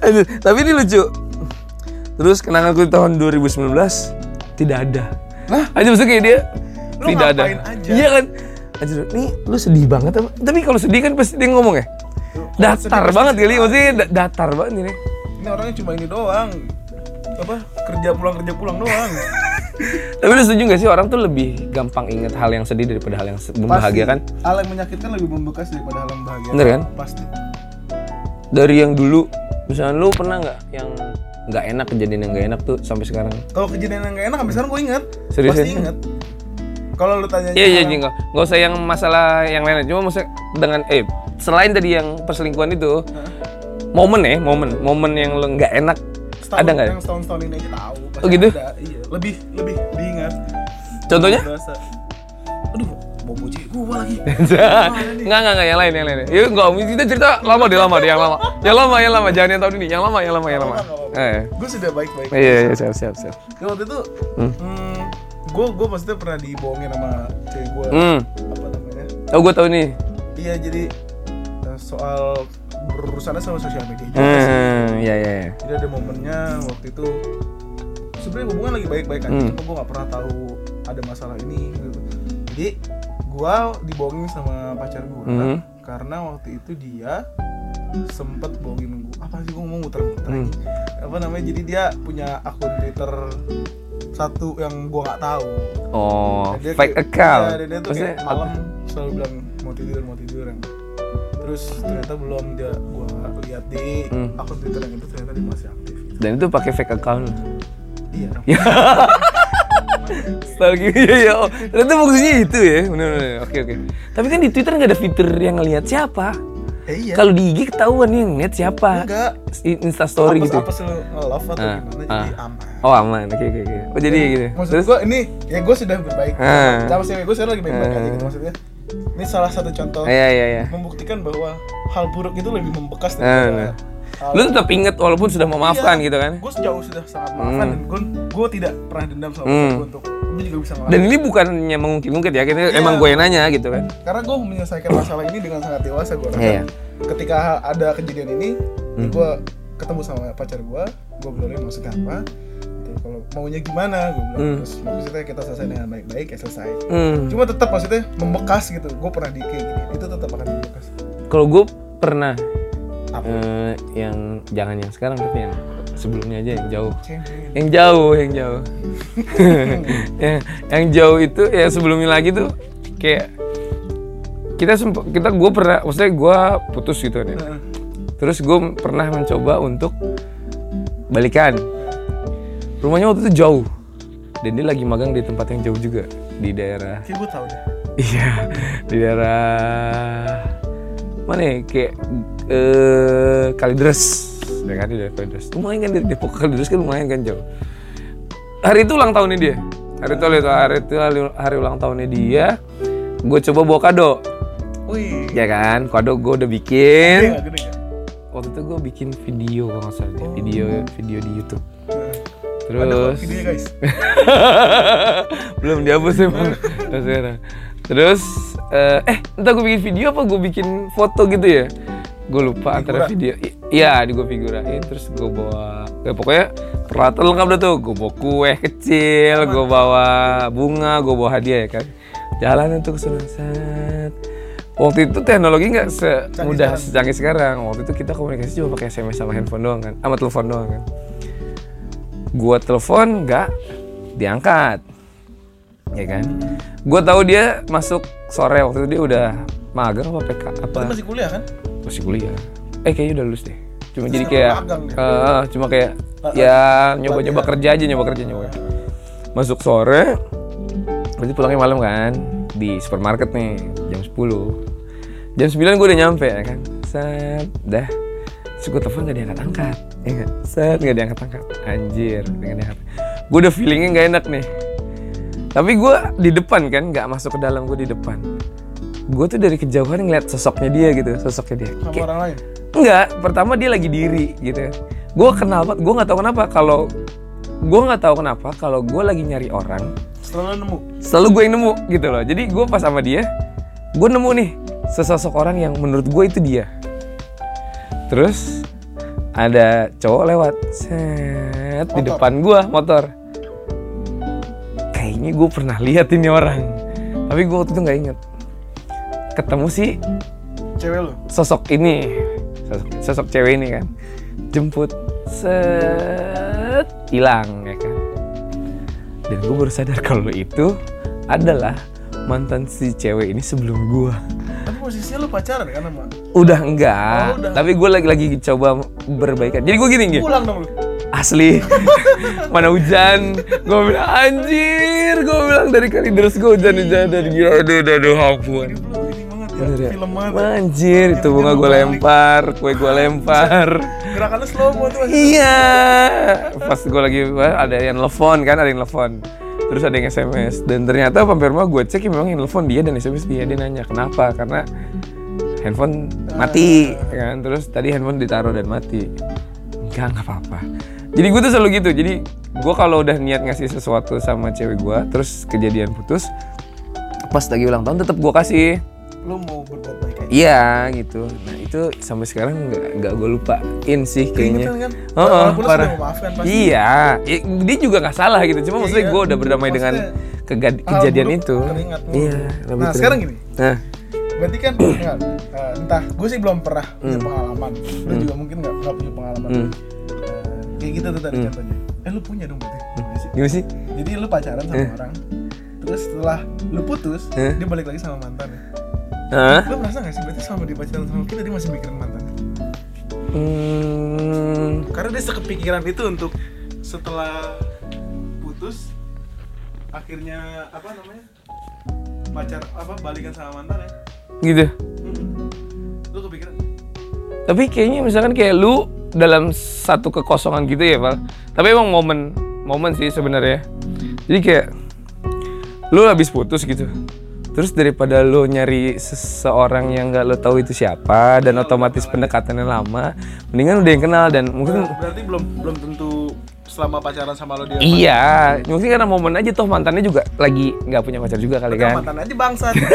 Aduh, tapi ini lucu. Terus kenanganku di tahun 2019 tidak ada.
Lah?
Aja maksudnya kayak dia
Lu
tidak ada.
ngapain aja?
Iya kan? Anjir, nih lu sedih banget apa? Tapi kalau sedih kan pasti dia ngomong ya. Datar banget kali, maksudnya da- datar banget ini.
Ini orangnya cuma ini doang. Apa? Kerja pulang kerja pulang doang.
Tapi lu setuju gak sih orang tuh lebih gampang inget hal yang sedih daripada hal yang se- membahagiakan?
Pasti, Hal yang menyakitkan lebih membekas daripada hal yang bahagia.
Bener kan?
Pasti.
Dari yang dulu, misalnya lu pernah nggak yang nggak enak kejadian yang nggak enak tuh sampai sekarang?
Kalau kejadian yang gak enak sampai sekarang gue inget.
Serius,
Pasti
ya?
inget. Kalau lu tanya
Iya iya
orang-
Ji, nggak nggak usah yang masalah yang lain cuma maksudnya dengan eh selain tadi yang perselingkuhan itu momen ya momen momen yang lo nggak enak
setahun,
ada nggak? ya?
Yang setahun-setahun ini aja tahu.
Oh, gitu?
Ada. Iya. Lebih lebih diingat.
Contohnya?
Berasa. Aduh, mau puji gue
(laughs)
lagi.
nggak nggak nggak yang lain yang lain. Yuk nggak kita cerita lama deh lama deh yang lama yang lama yang lama jangan yang tahun ini yang lama yang lama yang lama.
Nggak apa-apa.
Eh
gue sudah baik-baik.
iya iya siap siap siap.
Ya, waktu itu, hmm, gue gue maksudnya pernah dibohongin sama cewek gue.
Hmm.
Apa namanya?
Oh gue tahu nih.
Iya jadi eh, soal berurusannya sama sosial media. juga sih.
Hmm iya iya. iya.
Jadi ada momennya waktu itu sebenarnya hubungan lagi baik-baik aja,
Hmm.
cuma gue nggak pernah tahu ada masalah ini. Gitu. Jadi gue dibohongin sama pacar gue
Hmm.
karena waktu itu dia sempet bohongin gue apa sih gue ngomong muter-muter
Hmm.
apa namanya jadi dia punya akun twitter satu yang gue nggak tahu
Oh
Dan dia
fake
kayak- Iya,
account.
dan dia tuh
Maksudnya
kayak malam selalu bilang mau tidur, mau tidur yang terus ternyata belum dia gua lihat di
Hmm.
akun Twitter yang itu ternyata dia masih aktif.
dan itu pakai fake account.
Iya.
Ya. Stalking iya iya. Oh, ternyata fungsinya itu ya. Benar benar. Oke oke. Tapi kan di Twitter nggak ada fitur yang ngelihat siapa.
Eh, iya.
Kalau di IG ketahuan nih yang ngelihat siapa.
enggak
Insta story gitu.
Apa selalu love atau
Ah,
gimana
ah.
jadi aman. Iya.
Oh aman. Oke oke oke. Oh jadi gitu.
Maksud
Terus
gua ini ya gua sudah berbaik.
Ah.
Sama cewek gua sekarang lagi baik-baik aja gitu
Ah.
maksudnya. Ini salah satu contoh
iya iya iya.
membuktikan bahwa hal buruk itu lebih membekas
Ah.
daripada hal
Lu tetap inget walaupun sudah memaafkan
Iya.
gitu kan.
gue sejauh sudah sangat maafkan
Hmm.
dan gue gue tidak pernah dendam sama
Hmm.
gue untuk gue juga bisa
Dan
maafkan
ini bukannya mengungkit-ungkit ya, kita
Iya.
emang gue yang nanya gitu kan.
karena gue menyelesaikan masalah ini dengan sangat dewasa gue rasa
Iya, Hmm. iya.
ketika ha- ada kejadian ini gue ketemu sama pacar gue gue bilang maksudnya apa gitu, kalau maunya gimana gue bilang
Hmm.
terus maksudnya kita selesai dengan baik-baik ya selesai
Hmm.
cuma tetap maksudnya membekas gitu gue pernah di kayak gini itu tetap akan membekas
Kalau gue pernah
Apa?
eh, yang jangan yang sekarang tapi yang sebelumnya aja yang jauh.
Cewek.
yang jauh yang
(laughs)
jauh yang, yang jauh itu ya sebelumnya lagi tuh kayak kita sempat kita gue pernah maksudnya gue putus gitu kan ya.
Nah,
terus gue pernah mencoba untuk balikan rumahnya waktu itu jauh dan dia lagi magang di tempat yang jauh juga di daerah (laughs)
kayak gue tau deh
iya di daerah mana ya kayak eh Kalidres ya kan di daerah Kalidres lumayan kan dari Depok ke Kalidres kan lumayan kan jauh hari itu ulang tahunnya dia hari itu hari itu hari, itu hari- hari ulang tahunnya dia gue coba bawa kado
wih
ya kan kado gue udah bikin
gede gak gede gak
waktu itu gue bikin video kalau nggak salah deh. video video di YouTube
Nah, Oh. ada kok
terus
videonya guys
(laughs) belum dihapus emang Nah, sekarang. terus eh, eh entah gue bikin video apa gue bikin foto gitu ya gue lupa antara video i- iya di gue figurain terus gue bawa ya, pokoknya peralatan lengkap dah tuh gue bawa kue kecil gue bawa bunga gue bawa hadiah ya kan jalan untuk sunset waktu itu teknologi nggak semudah secanggih sekarang waktu itu kita komunikasi cuma pakai sms sama handphone doang kan sama telepon doang kan gua telepon nggak diangkat ya kan gua tahu dia masuk sore waktu itu dia udah magang apa PK apa
Lu masih kuliah kan
masih kuliah eh kayaknya udah lulus deh cuma
Terus
jadi
sekarang
kayak
magang dia?
eh, cuma kayak
Eh,
ya nyoba-nyoba kerja aja nyoba kerja nyoba kerja. masuk sore berarti pulangnya malam kan di supermarket nih jam 10 jam 9 gue udah nyampe ya kan set dah terus gue telepon gak diangkat-angkat ya kan? set gak diangkat-angkat anjir gak diangkat gue udah feelingnya gak enak nih tapi gue di depan kan gak masuk ke dalam gue di depan gue tuh dari kejauhan ngeliat sosoknya dia gitu sosoknya dia
sama
Kayak-
orang lain
Enggak, pertama dia lagi diri gitu. Gue kenal banget, gue nggak tahu kenapa kalau gue nggak tahu kenapa kalau gue lagi nyari orang
Setelah lu nemu
selalu gue yang nemu gitu loh jadi gue pas sama dia gue nemu nih sesosok orang yang menurut gue itu dia terus ada cowok lewat set
Motor.
di depan gue motor kayaknya gue pernah lihat ini orang tapi gue waktu itu nggak inget ketemu sih
cewek lu
sosok ini sosok, sosok cewek ini kan jemput set hilang ya kan dan gue baru sadar kalau itu adalah mantan si cewek ini sebelum gua
tapi posisinya lu pacaran kan sama
udah enggak
Oh, udah.
tapi gue lagi lagi coba berbaikan jadi gue gini gitu
pulang dong lu
asli (laughs) mana hujan gue bilang anjir gue bilang dari kali terus gue hujan hujan dan gila aduh aduh aduh ampun
Hidup lu ini banget ya
Bener ya?
film banget ya.
Anjir, itu bunga gue lempar, kue gue lempar.
gerakan lu slow mo tuh masih
iya. Pas gue lagi ada yang telepon kan, ada yang telepon. Terus ada yang SMS dan ternyata pampir rumah gue cek ya memang yang telepon dia dan SMS dia dia nanya kenapa karena handphone mati kan terus tadi handphone ditaruh dan mati enggak nggak apa-apa jadi gue tuh selalu gitu jadi gue kalau udah niat ngasih sesuatu sama cewek gue terus kejadian putus pas lagi ulang tahun tetap gue kasih
lu mau berbuat baik aja
Iya gitu. Nah itu sampai sekarang nggak nggak gue lupain sih
Keingetan
kayaknya.
kan?
Oh, oh,
Walaupun lu
parah.
sudah memaafkan pasti.
Iya, i- dia juga nggak salah gitu. Cuma
Iya,
maksudnya
iya.
gue udah berdamai dengan
Maksudnya,
kegad-
hal
kejadian
buruk
itu.
teringat mulu.
Iya.
Nah,
lebih teringat.
sekarang gini.
Nah,
berarti
(clears throat)
kan enggak, eh, entah gue sih belum pernah punya
Hmm.
pengalaman lu juga mungkin nggak nggak punya pengalaman Eh, kayak gitu tuh tadi
Hmm.
contohnya eh lu punya dong berarti Gimana sih?
gimana sih?
jadi lu pacaran sama orang terus setelah lu putus
Eh.
dia balik lagi sama mantan
Hah?
lu merasa nggak sih berarti selama dia pacaran sama kita dia masih mikirin mantan
Hmm,
karena dia sekepikiran itu untuk setelah putus akhirnya apa namanya pacar apa balikan sama mantan ya
gitu.
Hmm. lu kepikiran
Tapi kayaknya misalkan kayak lu dalam satu kekosongan gitu ya, Val. Tapi emang momen momen sih sebenarnya. Jadi kayak lu habis putus gitu. Terus daripada lu nyari seseorang yang nggak lu tahu itu siapa dan otomatis pendekatannya lama, mendingan udah yang kenal dan mungkin
berarti belum belum tentu selama pacaran sama lo dia
iya, mungkin karena momen aja toh mantannya juga lagi nggak punya pacar juga kali kan. Ah,
mantan aja
(laughs)
bangsat iya.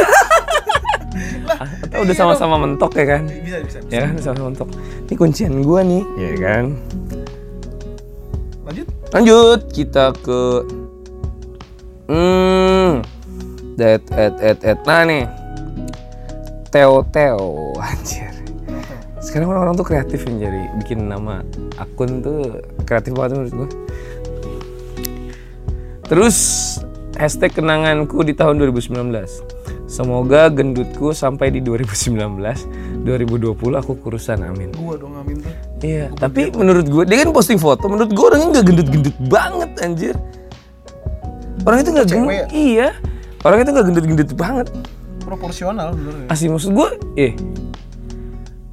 Atau udah sama-sama mentok ya kan.
bisa bisa
Ya kan sama-sama mentok. Ini kuncian gua nih, ya kan.
lanjut
lanjut kita ke hmm et et et et nah nih Teo Teo (laughs) anjir sekarang orang-orang tuh kreatif yang jadi bikin nama akun tuh kreatif banget menurut gue terus hashtag kenanganku di tahun 2019 semoga gendutku sampai di 2019 2020 aku kurusan amin
gua dong ngamin tuh
Iya, tapi menurut gue, dia kan posting foto, menurut gue orangnya nggak gendut-gendut banget anjir. Orang itu nggak
Cewek ya?
gendut, iya. Orang itu nggak gendut-gendut banget.
proporsional bener ya
Asli maksud gue, eh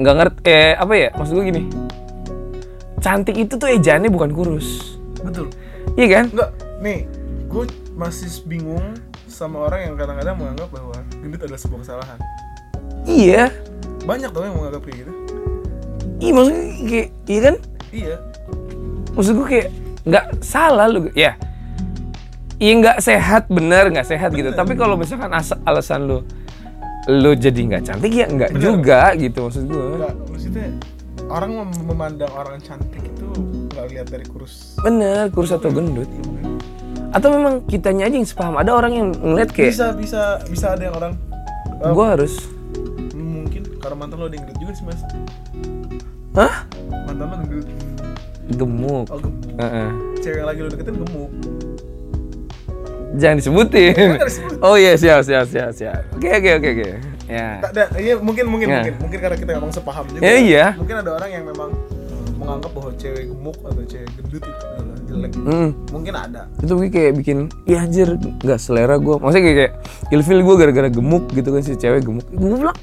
nggak ngerti, eh apa ya? Maksud gue gini, cantik itu tuh ejaannya bukan kurus,
betul
iya kan?
enggak nih gua masih bingung sama orang yang kadang-kadang menganggap bahwa gendut adalah sebuah kesalahan
Iya,
banyak tau yang menganggap kayak gitu
iya maksud gue kayak, iya kan?
iya
Maksud gue kayak nggak salah lu, ya. Iya nggak sehat bener nggak sehat gitu. Tapi kalau misalkan asa- alasan lu lu jadi nggak cantik ya nggak juga gitu maksud gue.
enggak maksudnya orang mem- memandang orang cantik itu nggak lihat dari kurus
Bener kurus atau gendut. Atau memang kitanya aja yang sepaham. Ada orang yang ngeliat kayak
bisa bisa bisa ada yang orang eh,
gue harus,
mungkin karena mantan lo ada yang gendut juga sih mas
hah
mantan lo gendut
gemuk.
oh gemuk
Heeh.
cewek yang lagi lo deketin gemuk
Jangan disebutin.
Jangan disebutin.
Oh iya siap siap siap siap. Oke oke oke oke. Ya.
Tak ada, iya mungkin mungkin
Ya.
mungkin mungkin karena kita emang sepaham juga.
Ya, iya.
Mungkin ada orang yang memang eh, menganggap bahwa cewek gemuk atau cewek gendut itu adalah jelek.
Hmm.
Mungkin ada.
itu gue kayak bikin ya anjir nggak selera gue maksudnya kayak, kayak ilfil gue gara-gara gemuk gitu kan si cewek gemuk gue bilang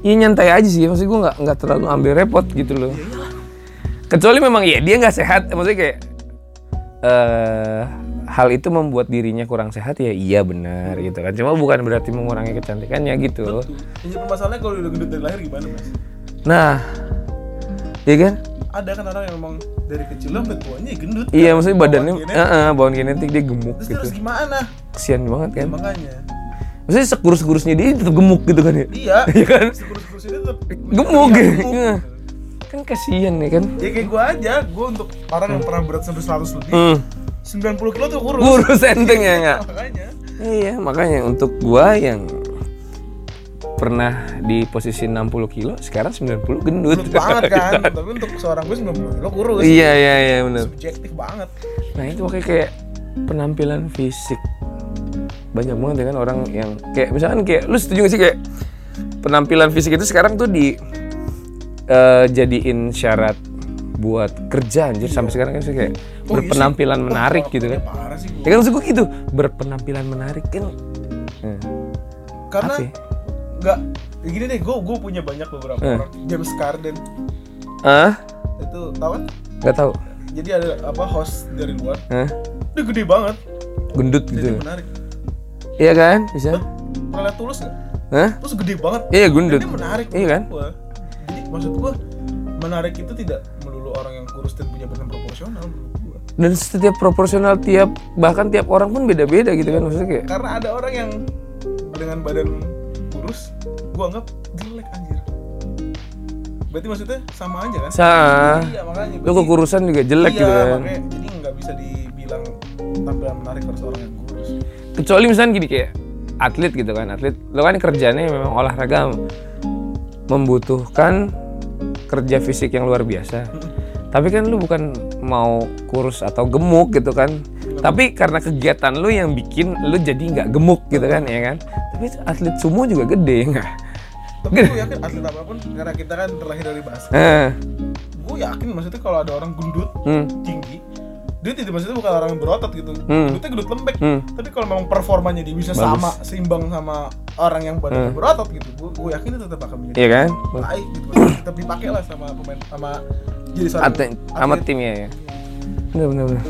ya nyantai aja sih maksudnya gue nggak nggak terlalu ambil repot gitu loh kecuali memang ya dia nggak sehat maksudnya kayak eh hal itu membuat dirinya kurang sehat ya iya benar gitu kan cuma bukan berarti mengurangi kecantikannya gitu
Ini permasalahannya kalau udah gendut dari lahir gimana mas?
nah ya Nah, kan
ada kan orang yang memang dari kecil lo ngeliat bawahnya gendut
Iya,
kan?
maksudnya
Bawaan
badannya
genetik.
eh, eh, bawaan genetik dia gemuk
terus
gitu.
terus gimana
Kesian banget
ya,
kan.
makanya
Maksudnya sekurus-kurusnya dia tetap gemuk gitu kan ya.
iya
(laughs) Iya kan?
kurus-kurus ini tetap
Gemuk. (laughs) Iya.
gemuk.
Kan kasihan ya kan.
ya kayak gue aja gue untuk orang yang pernah berat sampai 100 lebih
Hmm.
90 kilo tuh kurus
Kurus enteng ya enggak?
(laughs) makanya
Iya, makanya untuk gua yang pernah di posisi 60 kilo, sekarang 90 gendut.
gendut banget kan tapi untuk seorang gue 90 kilo kurus
(laughs) iya, iya, iya benar.
subjektif banget
Nah, itu makanya kayak penampilan fisik banyak banget ya kan orang yang kayak misalkan kayak lu setuju gak sih kayak penampilan fisik itu sekarang tuh di eh, jadiin syarat buat kerja anjir sampai sekarang kan sih kayak
Oh, iya sih.
berpenampilan
Wah,
menarik
kalau
gitu
aku
kan.
punya parah sih
Ya
gue
kan maksud gua gitu, berpenampilan menarik kan. Hmm.
karena
apa ya?
nggak ya gini deh gue gue punya banyak beberapa
Eh.
orang James Carden
Ah,
itu tau kan
nggak tahu.
jadi ada apa host dari luar
Hah?
dia gede banget
Gendut
jadi
gitu.
menarik
Iya kan? Bisa.
pernah liat tulus nggak
Hah?
terus gede banget
Iya
Dan
gendut.
dia menarik
Iya kan?
menurut gua. jadi maksud gue menarik itu tidak melulu orang yang kurus dan punya badan proporsional menurut gua.
Dan setiap proporsional tiap bahkan tiap orang pun beda-beda gitu kan maksudnya kayak.
karena ada orang yang dengan badan kurus gue anggap jelek anjir berarti maksudnya sama aja kan
Sa,
iya makanya
lu kekurusan juga jelek
iya,
gitu kan.
makanya jadi nggak bisa dibilang tampilan menarik harus orang yang kurus
Kecuali misalnya gini kayak atlet gitu kan, atlet lu kan kerjanya memang olahraga membutuhkan kerja fisik yang luar biasa. Tapi kan lu bukan mau kurus atau gemuk gitu kan. Tapi karena kegiatan lu yang bikin lu jadi nggak gemuk gitu kan ya kan. Tapi atlet sumo juga gede ya nggak?
tapi gue yakin atlet apapun karena kita kan terlahir dari basket
Eh,
gue yakin maksudnya kalau ada orang gendut
hmm,
tinggi dia tidak maksudnya bukan orang yang berotot gitu
Hmm.
gendutnya gendut lembek
hmm.
tapi kalau memang performanya dia bisa
Bagus. Hmm.
sama seimbang sama orang yang badannya berotot gitu gue gue yakin itu tetap akan menjadi
Iya kan?
baik gitu Maksudnya tetap dipakai lah sama pemain sama jadi seorang
Atlet, sama timnya ya. Bener bener bener.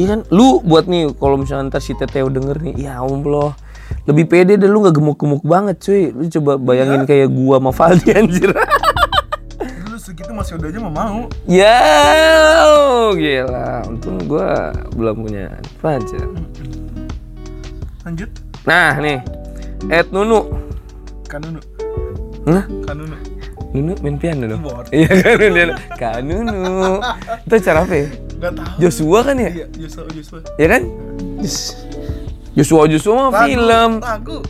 Iya kan, lu buat nih kalau misalnya ntar si Teteo denger nih, ya Allah lebih pede deh lu nggak gemuk-gemuk banget cuy lu coba bayangin kayak gua sama Valdi (laughs) anjir
dulu segitu masih udah aja mau mau
ya oh, gila untung gua belum punya pacar
lanjut
nah nih Ed Nunu
kanunu
nah
kanunu
Nunu main piano dong
Keyboard.
iya kan main piano Kak Nunu itu cara apa ya?
nggak tahu
Joshua kan ya
iya Joshua Joshua
ya kan Yes. Kan Joshua Joshua mah film
lagu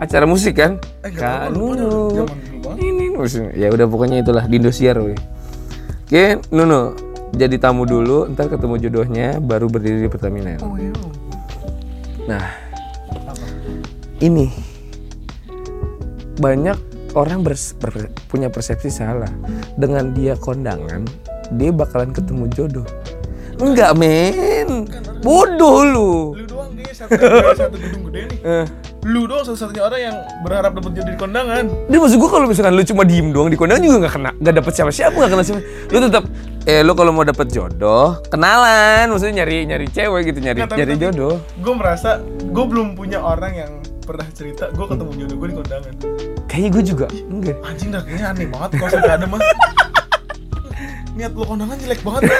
acara musik kan
eh nggak tahu pokoknya udah
Kak Nunu
zaman dulu banget
ini musik ya udah pokoknya itulah di Indosiar weh. oke Nunu jadi tamu dulu ntar ketemu jodohnya baru berdiri di Pertamina
Oh, iya.
nah
Apa?
ini banyak orang bers- ber- punya persepsi salah dengan dia kondangan dia bakalan ketemu jodoh enggak men bodoh lu
lu doang nih satu dari satu gedung gede nih
eh.
lu doang satu-satunya orang yang berharap dapat jadi kondangan
Dan maksud gue kalau misalkan lu cuma diem doang di kondangan juga nggak kena, nggak dapet siapa siapa nggak kenal siapa. Lu tetap, eh lu kalau mau dapet jodoh, kenalan, maksudnya nyari nyari cewek gitu, nyari
Nggak, Nah, tapi-
nyari
tapi
jodoh.
gue merasa gue belum punya orang yang pernah cerita gue ketemu jodoh gue di kondangan
Kayaknya gue juga, enggak.
anjing dah kayaknya aneh banget kalau sampai ada
(laughs)
mah niat lo kondangan jelek banget ya.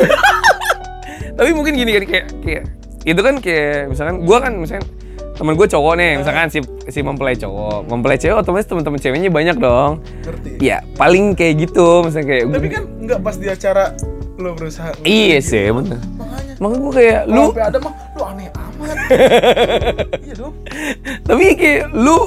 Tapi mungkin gini kan kayak, kayak itu kan kayak misalkan gue kan misalkan temen gue cowok nih, misalkan si si mempelai cowok, mempelai cewek otomatis teman-teman ceweknya banyak dong.
ngerti
Ya paling kayak gitu, misalnya kayak.
tapi kan nggak pas di acara lo berusaha
Iya sih, bener.
makanya
Makanya gue kayak
lu
lu
sampai ada mah lu aneh
(laughs)
amat iya dong
tapi ya kayak lu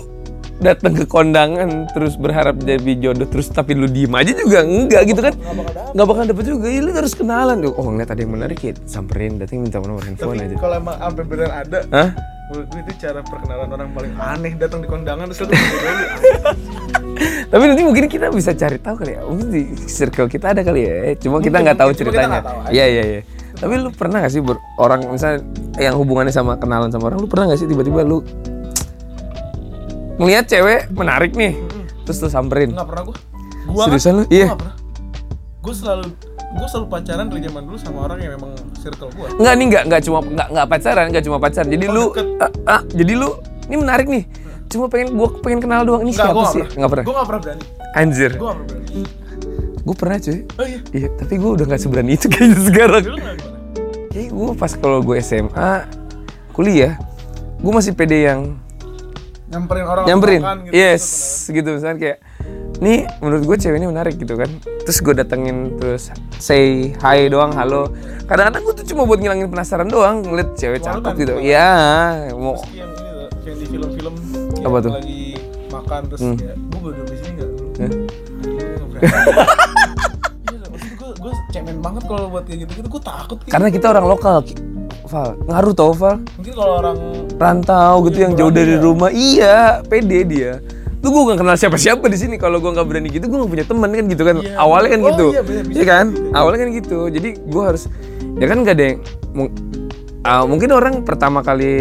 datang ke kondangan terus berharap jadi jodoh terus tapi lu diem aja juga enggak gitu kan
nggak bakal dapet
nggak bakal dapet juga ya, lu harus kenalan oh ngeliat ada yang menarik ya samperin datang minta nomor handphone
tapi
aja
kalau emang sampai beneran ada
Hah?
menurut gue itu cara perkenalan orang paling aneh datang di kondangan
(laughs)
terus lu
Tapi nanti mungkin kita bisa cari tahu kali ya. Mungkin di circle kita ada kali ya. Cuma kita
Mungkin,
nggak tahu
mungkin. Cuma kita
ceritanya.
nggak tahu aja.
Iya iya iya. Tapi lu pernah nggak sih ber- orang misalnya yang hubungannya sama kenalan sama orang, lu pernah nggak sih tiba-tiba lu ngeliat cewek menarik nih, terus lu samperin.
nggak pernah gue gua kan-
Seriusan lu?
gua
Iya.
nggak pernah gue selalu gue selalu pacaran dari zaman dulu sama orang yang memang circle gue
Enggak nih enggak enggak cuma enggak enggak pacaran, enggak cuma pacaran. Jadi
Oh,
lu
deket.
ah, ah, jadi lu ini menarik nih. Cuma pengen gua pengen kenal doang ini siapa
gue
sih? Enggak pernah.
Gue nggak pernah berani.
Anjir.
Gue nggak pernah berani.
Gue pernah cuy.
Oh iya.
Iya, tapi gue udah nggak seberani itu (laughs) kayaknya sekarang.
Dulu nggak gimana?
Jadi gue pas kalau gue SMA, kuliah, gue masih pede yang
Nyamperin orang
nyamperin.
makan gitu,
yes,
terus
gitu misalnya kayak nih menurut gue cewek ini menarik gitu kan. Terus gue datengin terus say hi doang, halo. Kadang-kadang gue tuh cuma buat ngilangin penasaran doang ngeliat cewek
Walau
cakep
kan,
gitu.
walau.
Ya,
Terus yang
mau
ini loh, kayak di film-film kayak
Apa tuh? Hmm. Eh.
lagi makan terus kayak gue boleh duduk di sini nggak Iya, dulu?
Hah?
(laughs) Iya, Gue gue cemen banget kalau buat kayak gitu gitu gue takut kayak.
karena kita orang lokal. Ki. Val, ngaruh tau Val.
mungkin kalau orang
rantau gitu yang jauh
berani
dari
ya?
rumah iya pede dia tuh gue gak kenal siapa-siapa di sini kalau gue nggak berani gitu gue gak punya teman kan gitu kan
Iya.
awalnya kan
Oh,
gitu
iya, bener, bisa
kan
gitu.
awalnya kan gitu jadi gue harus ya kan gak ada yang mung- ah, mungkin orang pertama kali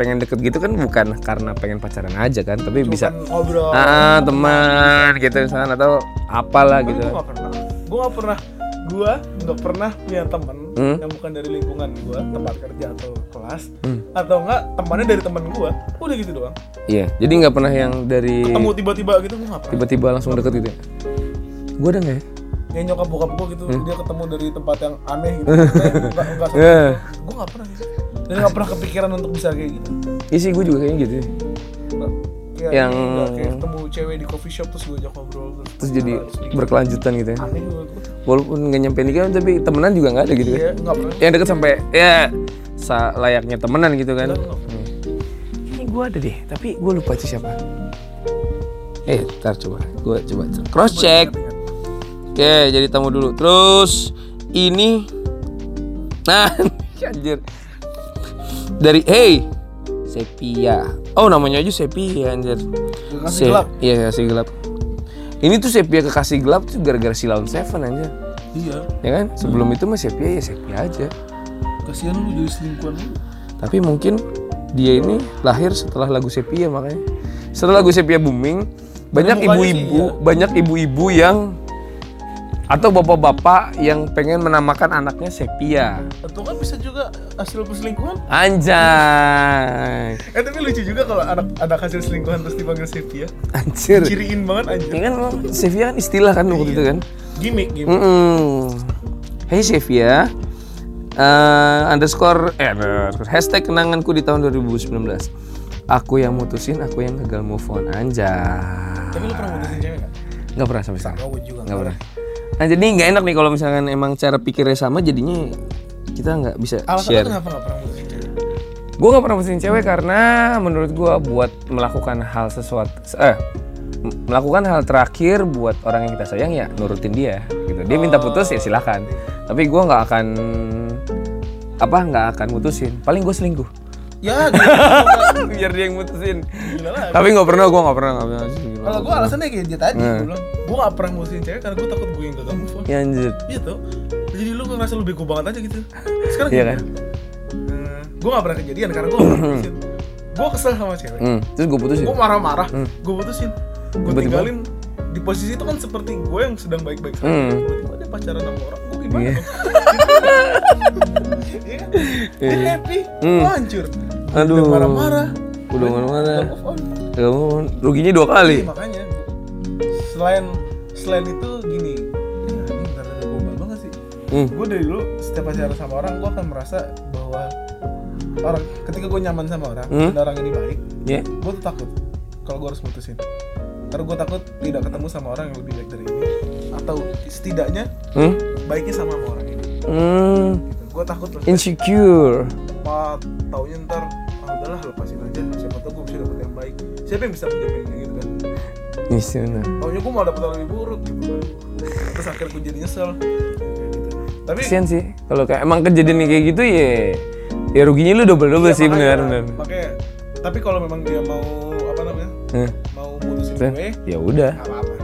pengen deket gitu kan bukan karena pengen pacaran aja kan tapi bisa
bukan ngobrol
ah teman gitu misalkan atau apalah
Tapi gue
gitu
gak pernah gue gak pernah gue nggak pernah punya temen
Hmm.
yang bukan dari lingkungan gue tempat kerja atau kelas atau enggak temannya dari temen gue udah gitu doang
iya jadi nggak pernah yang dari
ketemu tiba-tiba gitu gue gak pernah
tiba-tiba langsung deket gitu gue ada nggak ya
kayak nyokap bokap gue gitu
Hmm.
dia ketemu dari tempat yang aneh
(laughs)
gitu nggak nggak
Eh.
gue gak pernah gitu. dan gak pernah kepikiran untuk bisa kayak gitu
isi gue juga kayaknya gitu
Nggak. Kayak
Yang-
nggak kayak ketemu cewek di coffee shop terus gue ajak ngobrol
terus jadi
terus di-
berkelanjutan gitu ya
aneh menurut gue
walaupun nggak nyampe nikah tapi temenan juga nggak ada gitu kan
iya nggak pernah
yang deket sampai ya sa- layaknya temenan gitu kan
nggak pernah.
ini gue ada deh tapi gue lupa itu siapa eh ntar coba gue coba cross check oke jadi tamu dulu terus ini nah (laughs) anjir dari hey sepia oh namanya aja sepia anjir
Kekasih
Se-
gelap.
iya kekasih gelap ini tuh sepia kekasih gelap tuh gara-gara si lawan seven anjir
iya
ya kan sebelum itu mah sepia ya sepia aja
kasihan lu jadi selingkuhan lu
tapi mungkin dia ini lahir setelah lagu sepia makanya setelah lagu sepia booming banyak
mukanya sih,
ibu-ibu banyak ibu-ibu yang atau bapak-bapak yang pengen menamakan anaknya sepia
atau kan bisa juga hasil perselingkuhan
anjay
eh tapi lucu juga kalau anak anak hasil selingkuhan terus dipanggil Sepia
anjir
ciriin banget
ya
anjir
kan sepia kan istilah kan waktu itu kan
gimmick gimmick
Mm-mm. Hey Sevia, Eh, underscore, eh, underscore, hashtag kenanganku di tahun 2019. Aku yang mutusin, aku yang gagal move on aja.
tapi lu pernah mutusin cewek nggak
Nggak pernah sampai sekarang.
gue juga
Nggak pernah. Nah jadi nggak enak nih kalau misalkan emang cara pikirnya sama, jadinya kita nggak bisa
alasan lu
share.
kenapa nggak pernah mutusin cewek
Gue nggak pernah mutusin cewek karena menurut gua buat melakukan hal sesuatu, eh m- melakukan hal terakhir buat orang yang kita sayang ya nurutin dia gitu dia minta putus ya silakan tapi gua nggak akan apa nggak akan mutusin paling gue selingkuh (laughs)
ya gila,
biar dia yang mutusin
gila
(laughs)
lah
tapi nggak pernah gua nggak pernah nggak pernah Nah.
kalau gue alasannya kayak dia tadi gue bilang gue nggak pernah mutusin cewek karena gue takut gue yang gagal move on
ya anjir
gitu jadi lu ngerasa lu bego banget aja
(laughs)
gitu sekarang
Iya kan?
gue nggak pernah kejadian karena gue nggak pernah
(clears throat)
mutusin gue kesel sama cewek
Hmm, terus gue putusin
gue marah-marah gue putusin gue
Hmm. Tiba-tiba?
tinggalin di posisi itu kan seperti gue yang sedang baik-baik saja
Hmm.
tiba-tiba dia pacaran sama orang gue gimana
Iya.
dong? (laughs) Iya kan? dia happy gue hancur Gua
Hmm. Aduh.
udah marah-marah
udah mana mana
udah move on
ruginya dua kali
Iya, makanya selain selain itu gini ya, ini beneran gombal banget sih
Hmm.
gue dari dulu setiap pacaran sama orang gue akan merasa bahwa orang ketika gue nyaman sama orang
Hmm.
dan orang ini baik
ya
gue tuh takut kalau gue harus mutusin karena gue takut tidak ketemu sama orang yang lebih baik dari ini atau setidaknya
hmm?
baiknya sama sama orang ini
Hmm,
gue takut loh
insecure
ma taunya ntar ah, udahlah lepasin aja siapa tau gue bisa dapet yang baik siapa yang bisa menjamin kayak gitu kan
Ih, sana.
taunya gue malah dapet yang lebih buruk gitu kan terus akhirnya gue jadi nyesel Kayak gitu. tapi
kesian sih kalau kayak emang kejadian kayak gitu ya ya ruginya lu double double
iya,
sih
makanya-
benar benar
makanya tapi kalau memang dia mau apa namanya
Hah,
mau mutusin
tuh.
gue
ya udah
nggak apa-apa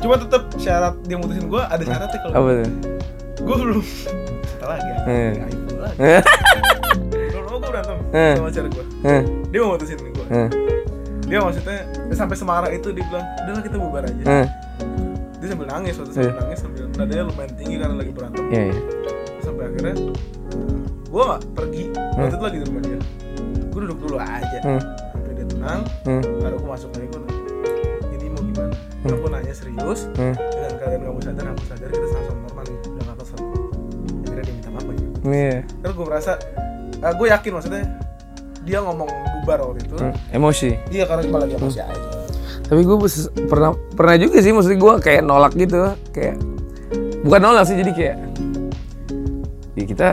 cuma tetap syarat dia mutusin gue ada syaratnya kalau gitu.
apa tuh
gue belum cerita lagi ya
Hmm.
aib gua lagi
Hah,
belum lama gue berantem
Hmm.
sama pacar gue
hah,
dia mau mutusin gue
hah,
dia maksudnya sampai semarah itu dia bilang udahlah kita bubar aja
hah.
dia sambil nangis waktu sambil nangis sambil nadanya lumayan tinggi karena lagi berantem
ya ya
Terus sampai akhirnya gue nggak pergi waktu itu lagi di rumah dia gue duduk dulu aja
Hmm,
sampai dia tenang
hmm.
baru gue masuk lagi gue nanya, jadi mau gimana cuman aku nanya serius
Hmm.
dengan keadaan kamu sadar aku sadar kita sama-sama normal nih udah nggak kesel akhirnya dia minta apa ya
Iya.
terus gue merasa eh, gue yakin maksudnya dia ngomong bubar waktu itu
Hmm. Emosi.
iya karena cuma lagi emosi aja
Tapi gue pernah pernah juga sih, maksudnya gue kayak nolak gitu, kayak bukan nolak sih, jadi kayak ya kita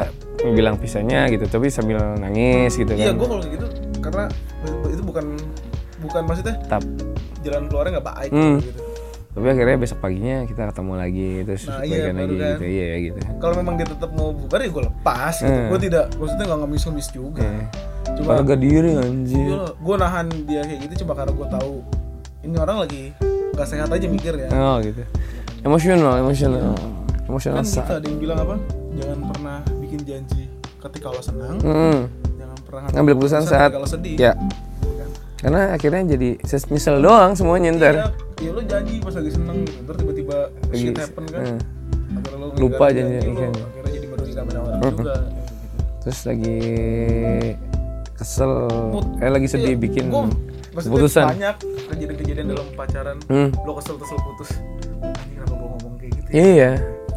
bilang pisahnya gitu, tapi sambil nangis gitu kan.
iya gue kalau gitu karena itu bukan bukan maksudnya
Tap-
jalan keluarnya nggak baik
Hmm.
gitu
Tapi akhirnya besok paginya kita ketemu lagi, terus
Nah, iya, baru
baikan lagi
kan.
gitu, iya gitu.
kalau memang dia tetap mau bubar ya gue lepas gitu
Hmm.
gue tidak maksudnya nggak ngemis-ngemis juga
Iya.
cuma
Harga diri anjir.
gue nahan dia kayak gitu cuma karena gue tahu ini orang lagi nggak sehat aja ya. mikirnya
Oh gitu. Emosional, emosional.
kan
Emosional. sa-
kita ada yang bilang apa jangan pernah bikin janji ketika lo senang
Mm.
jangan pernah
Ngambil keputusan saat
kalau sedih
ya.
Kan?
Karena akhirnya jadi ses- nyesel doang semuanya ntar.
Iya, ya lo janji pas lagi seneng gitu. ntar tiba-tiba shit happen kan
Heeh.
akhirnya lo
Nah. Lupa
ngegagalin
janji,
janji
iya.
lo, gitu, akhirnya jadi merugikan sama orang juga
Terus lagi kesel eh lagi sedih bikin
gue
keputusan.
Iya, banyak kejadian-kejadian dalam pacaran
Hmm.
lo kesel terus lo putus anjing kenapa gue ngomong kayak gitu ya?
Iya ya.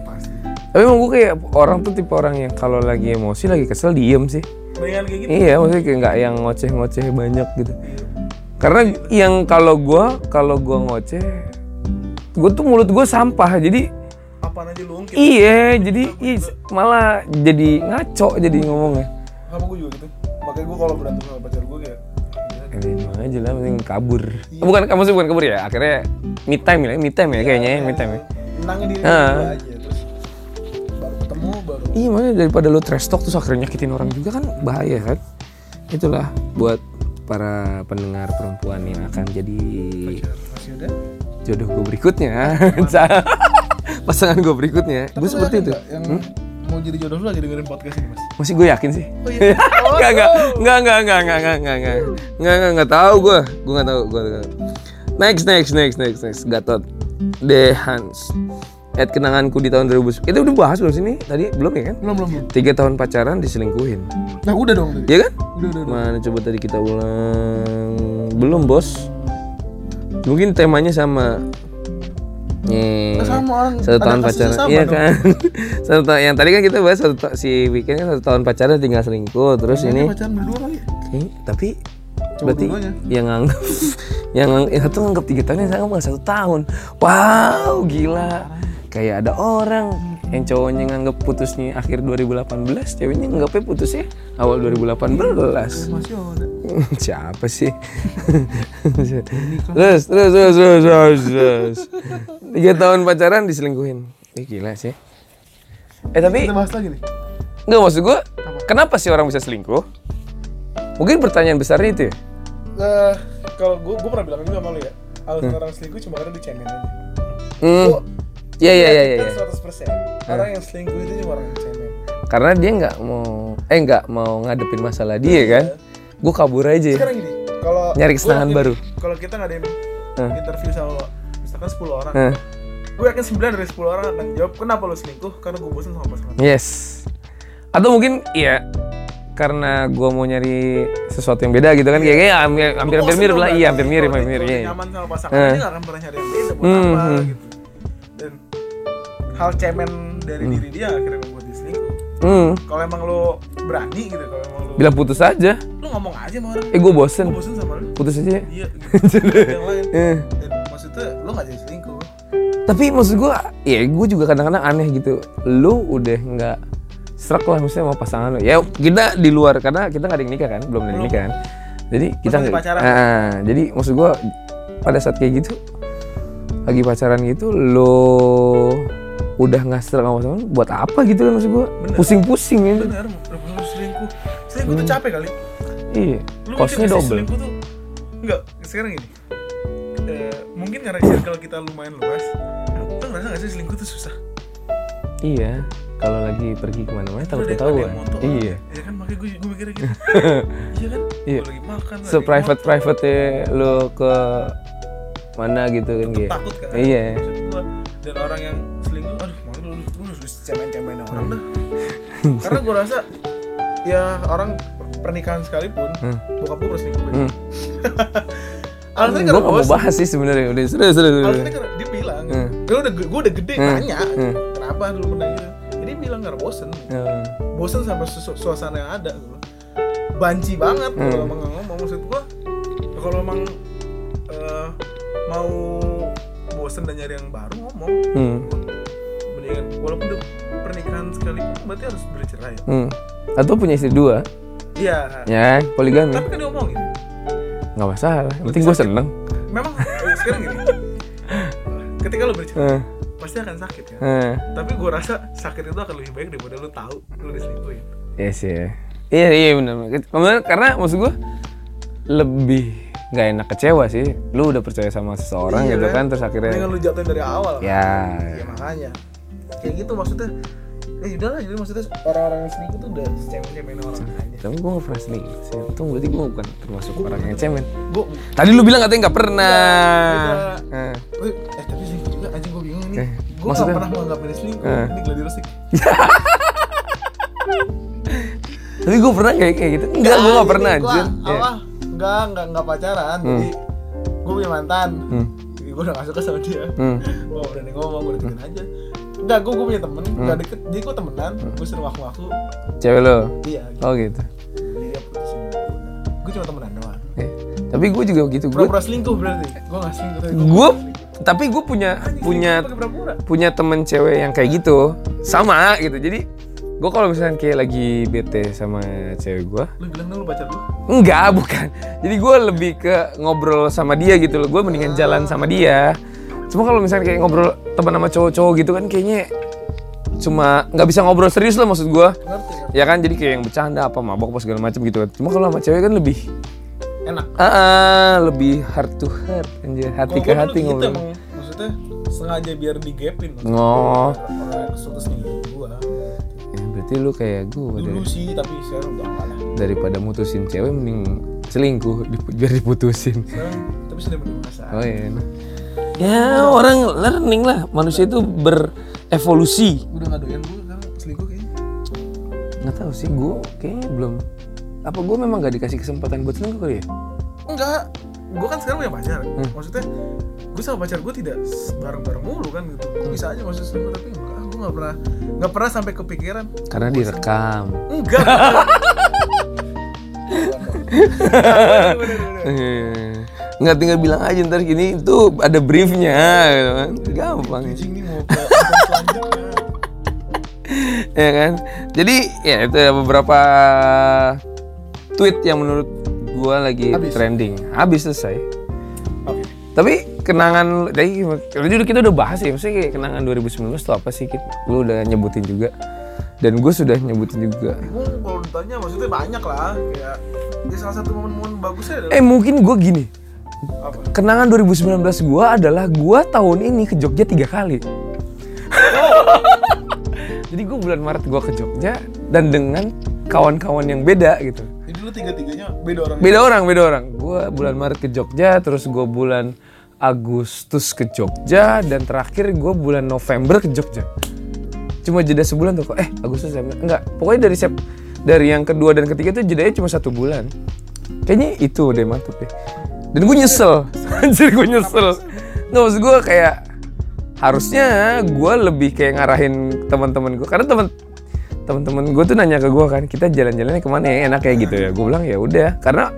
pasti
Tapi emang gue kayak orang tuh tipe orang yang kalau lagi emosi lagi kesel diem sih.
bayangan kayak gitu
Iya, maksudnya kayak nggak yang ngoceh-ngoceh banyak gitu. Karena yang kalau gua kalau gua ngoceh, gue tuh mulut gue sampah jadi
apaan aja lu ungkit
Iya, jadi iya, malah jadi ngaco jadi ngomongnya.
sama gue juga gitu makanya gue kalau berantem sama pacar gue kayak "Ya,
Ya, Diem aja lah, penting kabur. Oh, Bukan kamu sih bukan kabur ya, akhirnya me time ya, me time ya kayaknya ya, me time ya.
tenangin diri
Ah.
gue aja terus baru ketemu baru
Iya, makanya daripada lu trash talk terus akhirnya nyakitin orang juga kan bahaya kan. Itulah buat para pendengar perempuan yang akan jadi
masih ada
jodoh gue berikutnya. (laughs) Pasangan gue berikutnya. Gue seperti itu.
yang
Hmm?
mau jadi jodoh lu lagi dengerin podcast ini mas
Masih gue yakin sih.
oh
(laughs)
iya
Enggak, enggak, enggak, enggak, enggak, enggak, enggak, enggak, enggak, enggak, enggak, enggak tahu gue, gue enggak tahu, gue enggak tahu. Next, next, next, next, next, Gatot, The Hans, at kenanganku di tahun 2010. Itu udah bahas belum sini tadi belum ya kan?
belum belum belum
Tiga tahun pacaran diselingkuhin,
nah udah dong tadi
ya kan?
udah udah udah
Mana coba tadi kita ulang, belum bos. Mungkin temanya sama. Nih.
Nah, sama orang
Satu
ada
tahun
kasusnya
pacaran,
sama
iya
dong.
kan? (laughs) satu tahun, yang tadi kan kita bahas satu ta- si weekend kan satu tahun pacaran tinggal selingkuh, terus
ini
ini
pacaran berdua kali ya?
Kayaknya, tapi
Coba ya.
berarti
dua-duanya.
yang nganggap (laughs) yang, ngang- yang satu nganggap tiga tahun yang satu nganggap satu tahun wow gila kayak ada orang yang cowoknya nganggap putusnya akhir 2018 ceweknya nganggapnya putusnya awal 2018
masih oh, ada
(laughs) siapa sih terus terus terus terus terus, terus. tiga tahun pacaran diselingkuhin Ih, gila sih eh tapi
kita bahas lagi nih
Nggak maksud gue, kenapa sih orang bisa selingkuh? Mungkin pertanyaan besarnya itu ya?
Eh, kalau gue gue pernah bilang juga sama lu ya alasan orang selingkuh cuma karena dicengin aja
Hmm.
Gua-
Iya, iya, iya, iya.
Kita
iya.
100% orang yang selingkuh itu cuma orang yang cengeng
Karena dia nggak mau, eh nggak mau ngadepin masalah dia kan? Gue kabur aja.
sekarang gini kalau
Nyari kesenangan
gua yakin
baru.
kalau kita ngadain
Hmm.
interview sama lo misalkan 10 orang
Hah.
gue yakin 9 dari 10 orang akan jawab kenapa lo selingkuh karena gue bosan sama pasangan
Yes. Atau mungkin iya karena gue mau nyari sesuatu yang beda gitu kan kayak kayak hampir hampir, hampir mirip lah iya hampir mirip hampir mirip iya.
nyaman sama pasangan dia gak akan pernah nyari yang beda buat
Hmm,
apa
hmm.
gitu dan hal cemen dari diri dia akhirnya membuat dia selingkuh
hmm.
kalau emang lo berani gitu kalau emang lo
bilang putus aja
lo ngomong aja sama orang
eh gue
gue
bosen
bosan sama lo
putus aja
iya
(laughs)
gitu Gak ada yang lain
Eh.
dan maksudnya lo gak jadi selingkuh
tapi maksud gue ya gue juga kadang-kadang aneh gitu lu udah nggak serak lah misalnya sama pasangan lu ya kita di luar karena kita nggak ada yang nikah kan belum ada yang nikah kan jadi kita
masih
nggak-
pacaran.
Ah, jadi maksud gue pada saat kayak gitu lagi pacaran gitu lo udah nggak serak sama pasangan lu, buat apa gitu kan maksud gue pusing-pusing gitu
bener berapa lo selingkuh selingkuh tuh capek kali
iya
lu
costnya
mikir gak sih
Hmm. double
selingkuh tuh enggak sekarang gini Eh, mungkin karena circle kita lumayan luas lu ngerasa gak sih selingkuh tuh susah
iya kalau lagi pergi kemana-mana
Lu
takut
ada yang- ada
ketahuan
yang moto,
iya
ya kan makanya gue gue
(laughs)
mikirnya gitu iya kan
Iya.
Gua lagi makan lagi
se private private lo ke mana gitu kan
ngopi,
gitu.
takut kan
Iya.
maksud gue dan orang yang selingkuh aduh malu lu lu harus cemen-cemen orang
Hmm. (laughs)
dah karena gue rasa ya orang pernikahan sekalipun
Hmm.
bokap gue berselingkuh
Hmm.
(laughs) alasannya
gue
karena
gak mau
bosan
bahas sih sebenarnya udah serius serius serius.
alasannya karena dia bilang
Hmm.
gue udah gue udah gede
Hmm.
nanya
Hmm.
kenapa dulu pernah gitu jadi dia bilang karena bosen
Hmm.
bosen sama su- suasana yang ada gitu. banci banget kalau
Hmm.
emang nggak ngomong maksud gua ya kalau emang eh, mau bosen dan nyari yang baru ngomong
Hmm.
mendingan walaupun udah pernikahan sekalipun berarti harus bercerai ya?
Hmm. Atau punya istri dua,
iya
ya poligami
tapi kan diomongin
nggak masalah. Yang penting gue seneng.
memang eh, sekarang gini ketika lo bercerai
Eh,
pasti akan sakit ya
eh.
tapi gua rasa sakit itu akan lebih baik daripada lo tahu lo diselingkuhin
Iya sih. ya. Iya iya benar. Kemudian karena maksud gue lebih nggak enak kecewa sih. Lu udah percaya sama seseorang
Iya
gitu kan
kan?
terus akhirnya
dengan lo jatuhin dari awal kan?
ya
ya makanya kayak gitu maksudnya ya udahlah jadi maksudnya orang-orang yang selingkuh tuh udah cemen-cemen orang aja
tapi gue gak pernah selingkuh sih. Untung berarti gue bukan termasuk orang yang cemen.
gua
Tadi lu bilang katanya nggak pernah.
Iya, Enggak,
Eh.
eh, eh tapi selingkuh juga anjing gua bingung nih
Eh,
gua
maksudnya?
gak pernah menganggap ini selingkuh
Eh.
ini gladi resik
Tapi gue pernah kayak kayak gitu. Enggak, gue gak
jadi
pernah
gua
anjir. Iya.
apa enggak enggak enggak pacaran jadi gua punya mantan
Hmm.
jadi gua udah gak suka sama dia
Hmm.
gua gak berani ngomong gua deketin aja enggak gua gua punya temen
Hmm.
enggak deket jadi gua temenan gua suruh ngaku-ngaku
Cewek lo.
iya gitu.
Oh gitu.
jadi dia putusin gua cuma temenan doang
Eh, Tapi gue juga gitu. Gue
pura-pura selingkuh berarti gua gak selingkuh tapi gua
gue tapi gue punya punya
Pakai pura-pura.
punya temen cewek yang kayak gitu sama gitu jadi gue kalau misalnya kayak lagi bete sama cewek gue
lu bilang dong lu pacar lu
enggak (laughs) bukan jadi gue lebih ke ngobrol sama dia gitu loh gue mendingan jalan sama dia cuma kalau misalnya kayak ngobrol teman sama cowok-cowok gitu kan kayaknya cuma nggak bisa ngobrol serius lah maksud gue
ngerti kan
ya kan jadi kayak yang bercanda apa mabok apa segala macam gitu cuma kalau sama cewek kan lebih
enak
ah ah, lebih heart to heart anjir hati
Kalau gua
ke
dulu
hati
gitu
ngobrol
emang maksudnya sengaja biar digapin
Oh.
orang kesutus nih gua
Ya, berarti lu kayak gue
dulu sih tapi sekarang udah enggak lah
daripada mutusin cewek mending selingkuh dip- biar diputusin
sekarang tapi sudah berdewasa
oh iya enak. ya orang learning lah manusia itu berevolusi
gua udah nggak doyan gua sekarang selingkuh kayaknya
nggak tahu sih gue kayaknya belum apa gue memang gak dikasih kesempatan buat selingkuh kali ya
enggak gua kan sekarang punya pacar
Hmm.
maksudnya gua sama pacar gua tidak bareng bareng mulu kan gitu
Hmm.
gua bisa aja maksudnya selingkuh tapi enggak gua nggak pernah nggak pernah sampai kepikiran
karena direkam (laughs)
enggak
Eh, nggak tinggal bilang aja ntar gini itu ada briefnya gitu kan gampang ya.
anjing nih mau ke mau selanjutnya
(laughs) ya kan jadi ya itu ya beberapa tweet yang menurut gua lagi
Habis.
trending habis selesai
Oke.
tapi kenangan tadi tadi udah- kita udah bahas ya maksudnya kayak kenangan 2019 tuh apa sih Kit? lu udah nyebutin juga dan gue sudah nyebutin juga
Gue kalau ditanya maksudnya banyak lah kayak ya salah satu momen-momen bagusnya adalah
eh mungkin gue gini
apa?
kenangan 2019 gua adalah gua tahun ini ke Jogja tiga kali
Oh.
(laughs) jadi gue bulan Maret gua ke Jogja dan dengan kawan-kawan yang beda gitu
Jadi lu tiga-tiganya beda orang.
Beda orang, beda orang. Gue bulan Maret ke Jogja, terus gue bulan Agustus ke Jogja, dan terakhir gue bulan November ke Jogja. Cuma jeda sebulan tuh kok. Eh, Agustus September. Enggak, pokoknya dari sep dari yang kedua dan ketiga tuh jedanya cuma satu bulan. Kayaknya itu deh mantep ya. Dan gue nyesel. (laughs) Anjir gue nyesel. Nggak maksud gue kayak harusnya gue lebih kayak ngarahin teman-teman gue karena teman teman-teman gue tuh nanya ke gue kan kita jalan-jalannya kemana ya enak ya gitu ya gue bilang ya udah karena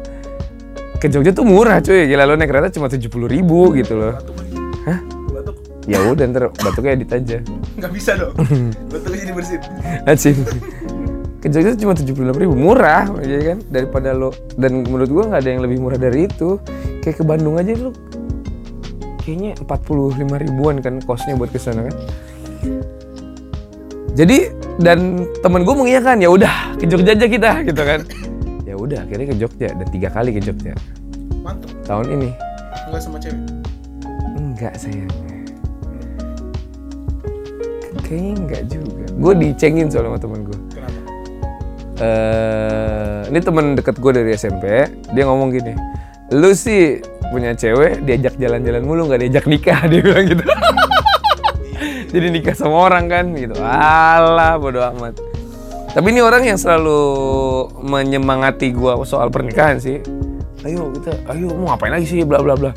ke Jogja tuh murah cuy gila lo naik kereta cuma tujuh ribu gitu loh
Batuk anjing. Hah? Batuk.
ya udah ntar batuknya edit aja
Enggak bisa
(laughs)
dong. Batuknya jadi bersin.
Acin ke Jogja tuh cuma tujuh ribu murah ya kan daripada lo dan menurut gue nggak ada yang lebih murah dari itu kayak ke Bandung aja lo kayaknya empat ribuan kan kosnya buat kesana kan jadi dan temen gue mengiyakan ya udah ke Jogja aja kita gitu kan ya udah akhirnya ke Jogja dan tiga kali ke Jogja
Mantep.
tahun ini
Enggak sama cewek.
enggak sayang kayaknya enggak juga gue dicengin soalnya sama temen gue
Kenapa?
eh ini temen deket gue dari SMP dia ngomong gini lu sih punya cewek diajak jalan-jalan mulu nggak diajak nikah (laughs) dia bilang gitu jadi nikah sama orang kan gitu alah bodo amat tapi ini orang yang selalu menyemangati gue soal pernikahan sih ayo kita ayo mau ngapain lagi sih bla bla bla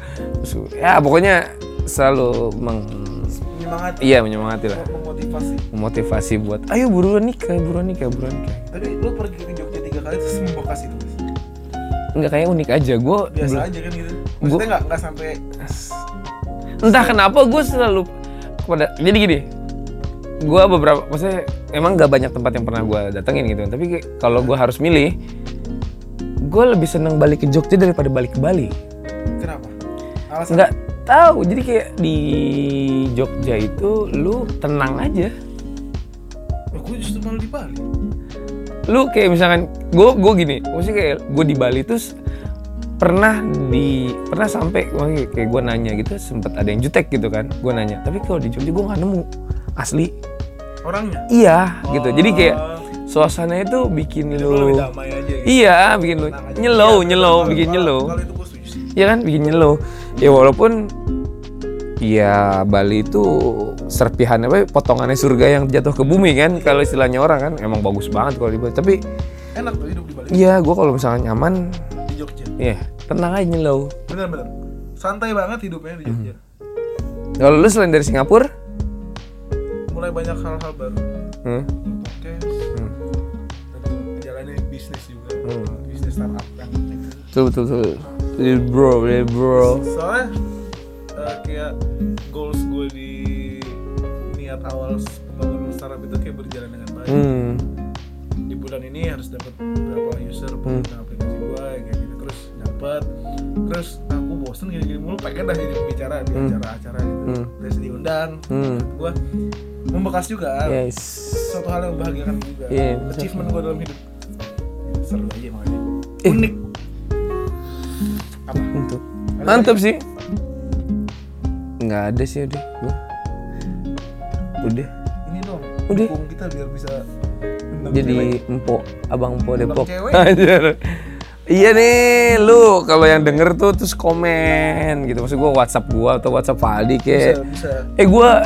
Terus, ya pokoknya selalu meng
Menyemangati.
iya menyemangati lah
Memotivasi.
memotivasi buat ayo buruan nikah buruan nikah buruan nikah
Tapi lu pergi ke Jogja tiga kali terus membekas itu Mas?
nggak kayak unik aja gue
Biasa aja kan gitu. Maksudnya nggak nggak sampai
entah kenapa gue selalu pada jadi gini gue beberapa maksudnya emang gak banyak tempat yang pernah gue datengin gitu tapi kayak kalau gue harus milih gue lebih seneng balik ke Jogja daripada balik ke Bali
kenapa? Alasan
nggak tahu jadi kayak di Jogja itu lu tenang aja
aku justru malah di Bali.
lu kayak misalkan gue gue gini maksudnya kayak gue di Bali terus pernah di pernah sampai wah, kayak gue nanya gitu sempet ada yang jutek gitu kan gue nanya tapi kalau di Jogja gue nggak nemu asli
Orangnya
iya gitu jadi kayak
Oh.
suasananya itu bikin
Lu
lu
lebih damai aja gitu.
iya bikin lu
Tenang aja.
nyelow
Iya,
nyelow
kalau-
bikin
kalau-
nyelow
Kalau itu gue setuju sih.
ya kan bikin nyelow ya walaupun ya Bali itu serpihan apa potongannya surga yang jatuh ke bumi kan kalau istilahnya orang kan emang bagus banget kalau di Bali tapi
Enak tuh hidup di Bali.
iya gue kalau misalnya nyaman
Di Jogja.
ya tenang aja nyelow
Bener-bener. Santai banget hidupnya di Jogja.
Hmm. kalau lu selain dari Singapura
Mulai banyak hal-hal baru.
hmm,
Podcast. Terus Ngejalanin bisnis juga.
Hmm.
Bisnis startup kan. yang
betul betul, betul. Lil bro lil bro
soalnya eh, kayak goals gue di niat awal pembangunan startup itu kayak berjalan dengan baik
hmm.
di bulan ini harus dapat berapa user
Hmm.
pengguna aplikasi gue kayak gitu terus dapat terus aku bosen gini-gini mulu pengen dah jadi pembicara di acara-acara gitu
Hmm.
terus diundang
Hmm.
gue membekas juga
yes
suatu hal yang membahagiakan juga
Iya,
achievement gue dalam hidup seru aja makanya
Eh.
unik apa
mantap mantap sih nggak ada sih udah gua. udah
ini dong
Udah.
dukung kita biar bisa nendang cewek.
jadi empo abang empo Depok
cewek.
Anjir. iya nih lu kalau yang denger tuh terus komen gitu maksud gua WhatsApp gua atau WhatsApp Aldi
bisa
kayak
bisa
eh gua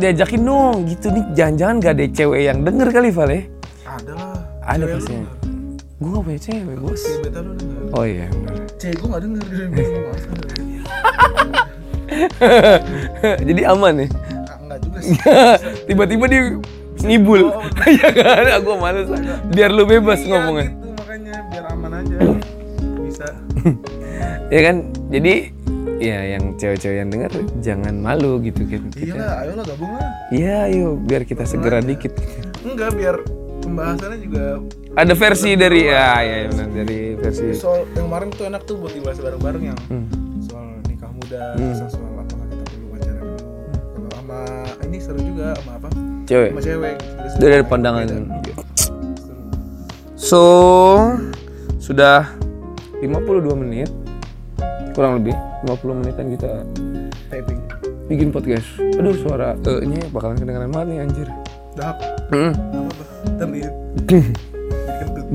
diajakin dong gitu nih jangan-jangan gak ada cewek yang denger kali Val ya
ada lah
ada
Cewek lu
pasti
denger.
gua gak punya cewek bos
Cewek beta lu denger
oh iya bener.
cewek gue gak denger dia bilang, "Mas, ada."
(laughs) jadi aman nih
Ah, enggak juga sih
(laughs) tiba-tiba dia ngibul (laughs) ya kan aku males lah. biar lu bebas
Oh, Iya,
ngomongnya
gitu, makanya biar aman aja bisa
ya kan jadi ya yang cewek-cewek yang denger jangan malu gitu kan
iya
kita
lah ayo lah gabung lah
Iya, yuk biar kita segera dikit.
enggak biar pembahasannya juga
Ada versi dari ya, ya, ya, benar dari versi. Hmm.
soal yang kemarin tuh enak tuh buat dibahas bareng-bareng yang soal nikah muda soal apakah kita perlu pacaran dulu. kalau sama ini seru juga sama apa
Cewek.
sama cewek gitu.
Dari, dari pandangan. So, sudah 52 menit kurang lebih 50 menitan kita
typing
bikin podcast. Aduh suara eh nya bakalan kedengeran banget nih anjir.
dahap
(laughs) Mm.
apa bah terlihat kentut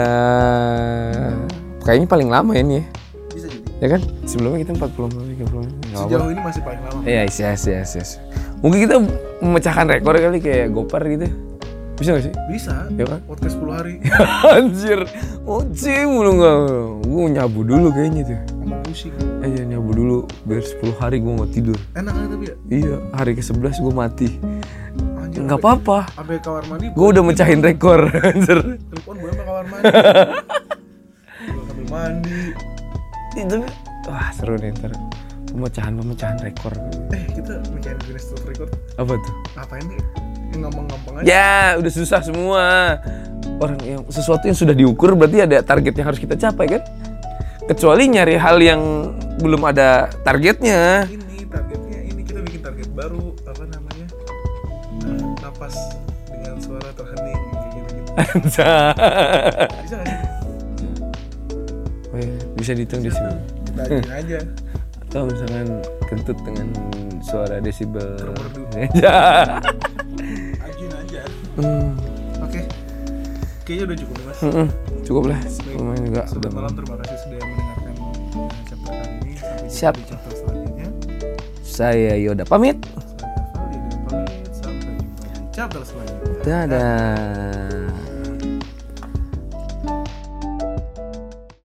Udah kayaknya paling lama ya ini ya.
bisa jadi
Ya kan? Sebelumnya kita 40 menit 30 menit. Nggak apa-apa.
sejauh ini masih paling lama
Iya, yes, yes, yes, yes. Mungkin kita memecahkan rekor kali kayak Gopar gitu. Bisa gak sih?
bisa
Ya kan?
podcast 10
(laughs)
hari
Anjir. Oce mulu gak. Gue nyabu dulu kayaknya tuh.
sama pusing
Aja nyabu dulu biar 10 hari gue mau tidur.
enak kan tapi ya
Iya, hari ke-11 gue mati.
anjir
Nggak apa-apa.
sampai kamar mandi
Gue udah mecahin rekor, (laughs) anjir.
telepon gue sama kamar mandi Gua sambil mandi
Itu wah seru nih ntar pemecahan-pemecahan rekor.
eh kita mencari Guinness World Record
Apa tuh?
ngapain nih ngomong-ngomong aja
Ya, udah susah semua. Orang yang sesuatu yang sudah diukur berarti ada target yang harus kita capai kan? Kecuali nyari hal yang belum ada targetnya. (laughs)
ini targetnya ini kita bikin target baru apa namanya Eh, napas dengan suara terhening gitu gitu bisa nggak sih
Weh, Oh iya, Bisa dihitung desibel.
kita ajain aja
Atau misalkan kentut dengan suara desibel.
Termerdu.
(laughs) Ya.
ajain aja
Hmm,
oke kayaknya udah cukup nih mas
mm-mm. Cukup lah. Lumayan juga.
Selamat malam, terima kasih sudah mendengarkan eh, chapter kali ini. Sampai jumpa
Siap.
di chapter selanjutnya.
Saya Yoda pamit.
Saya Fali dan pamit. Sampai jumpa di chapter selanjutnya.
Dadah.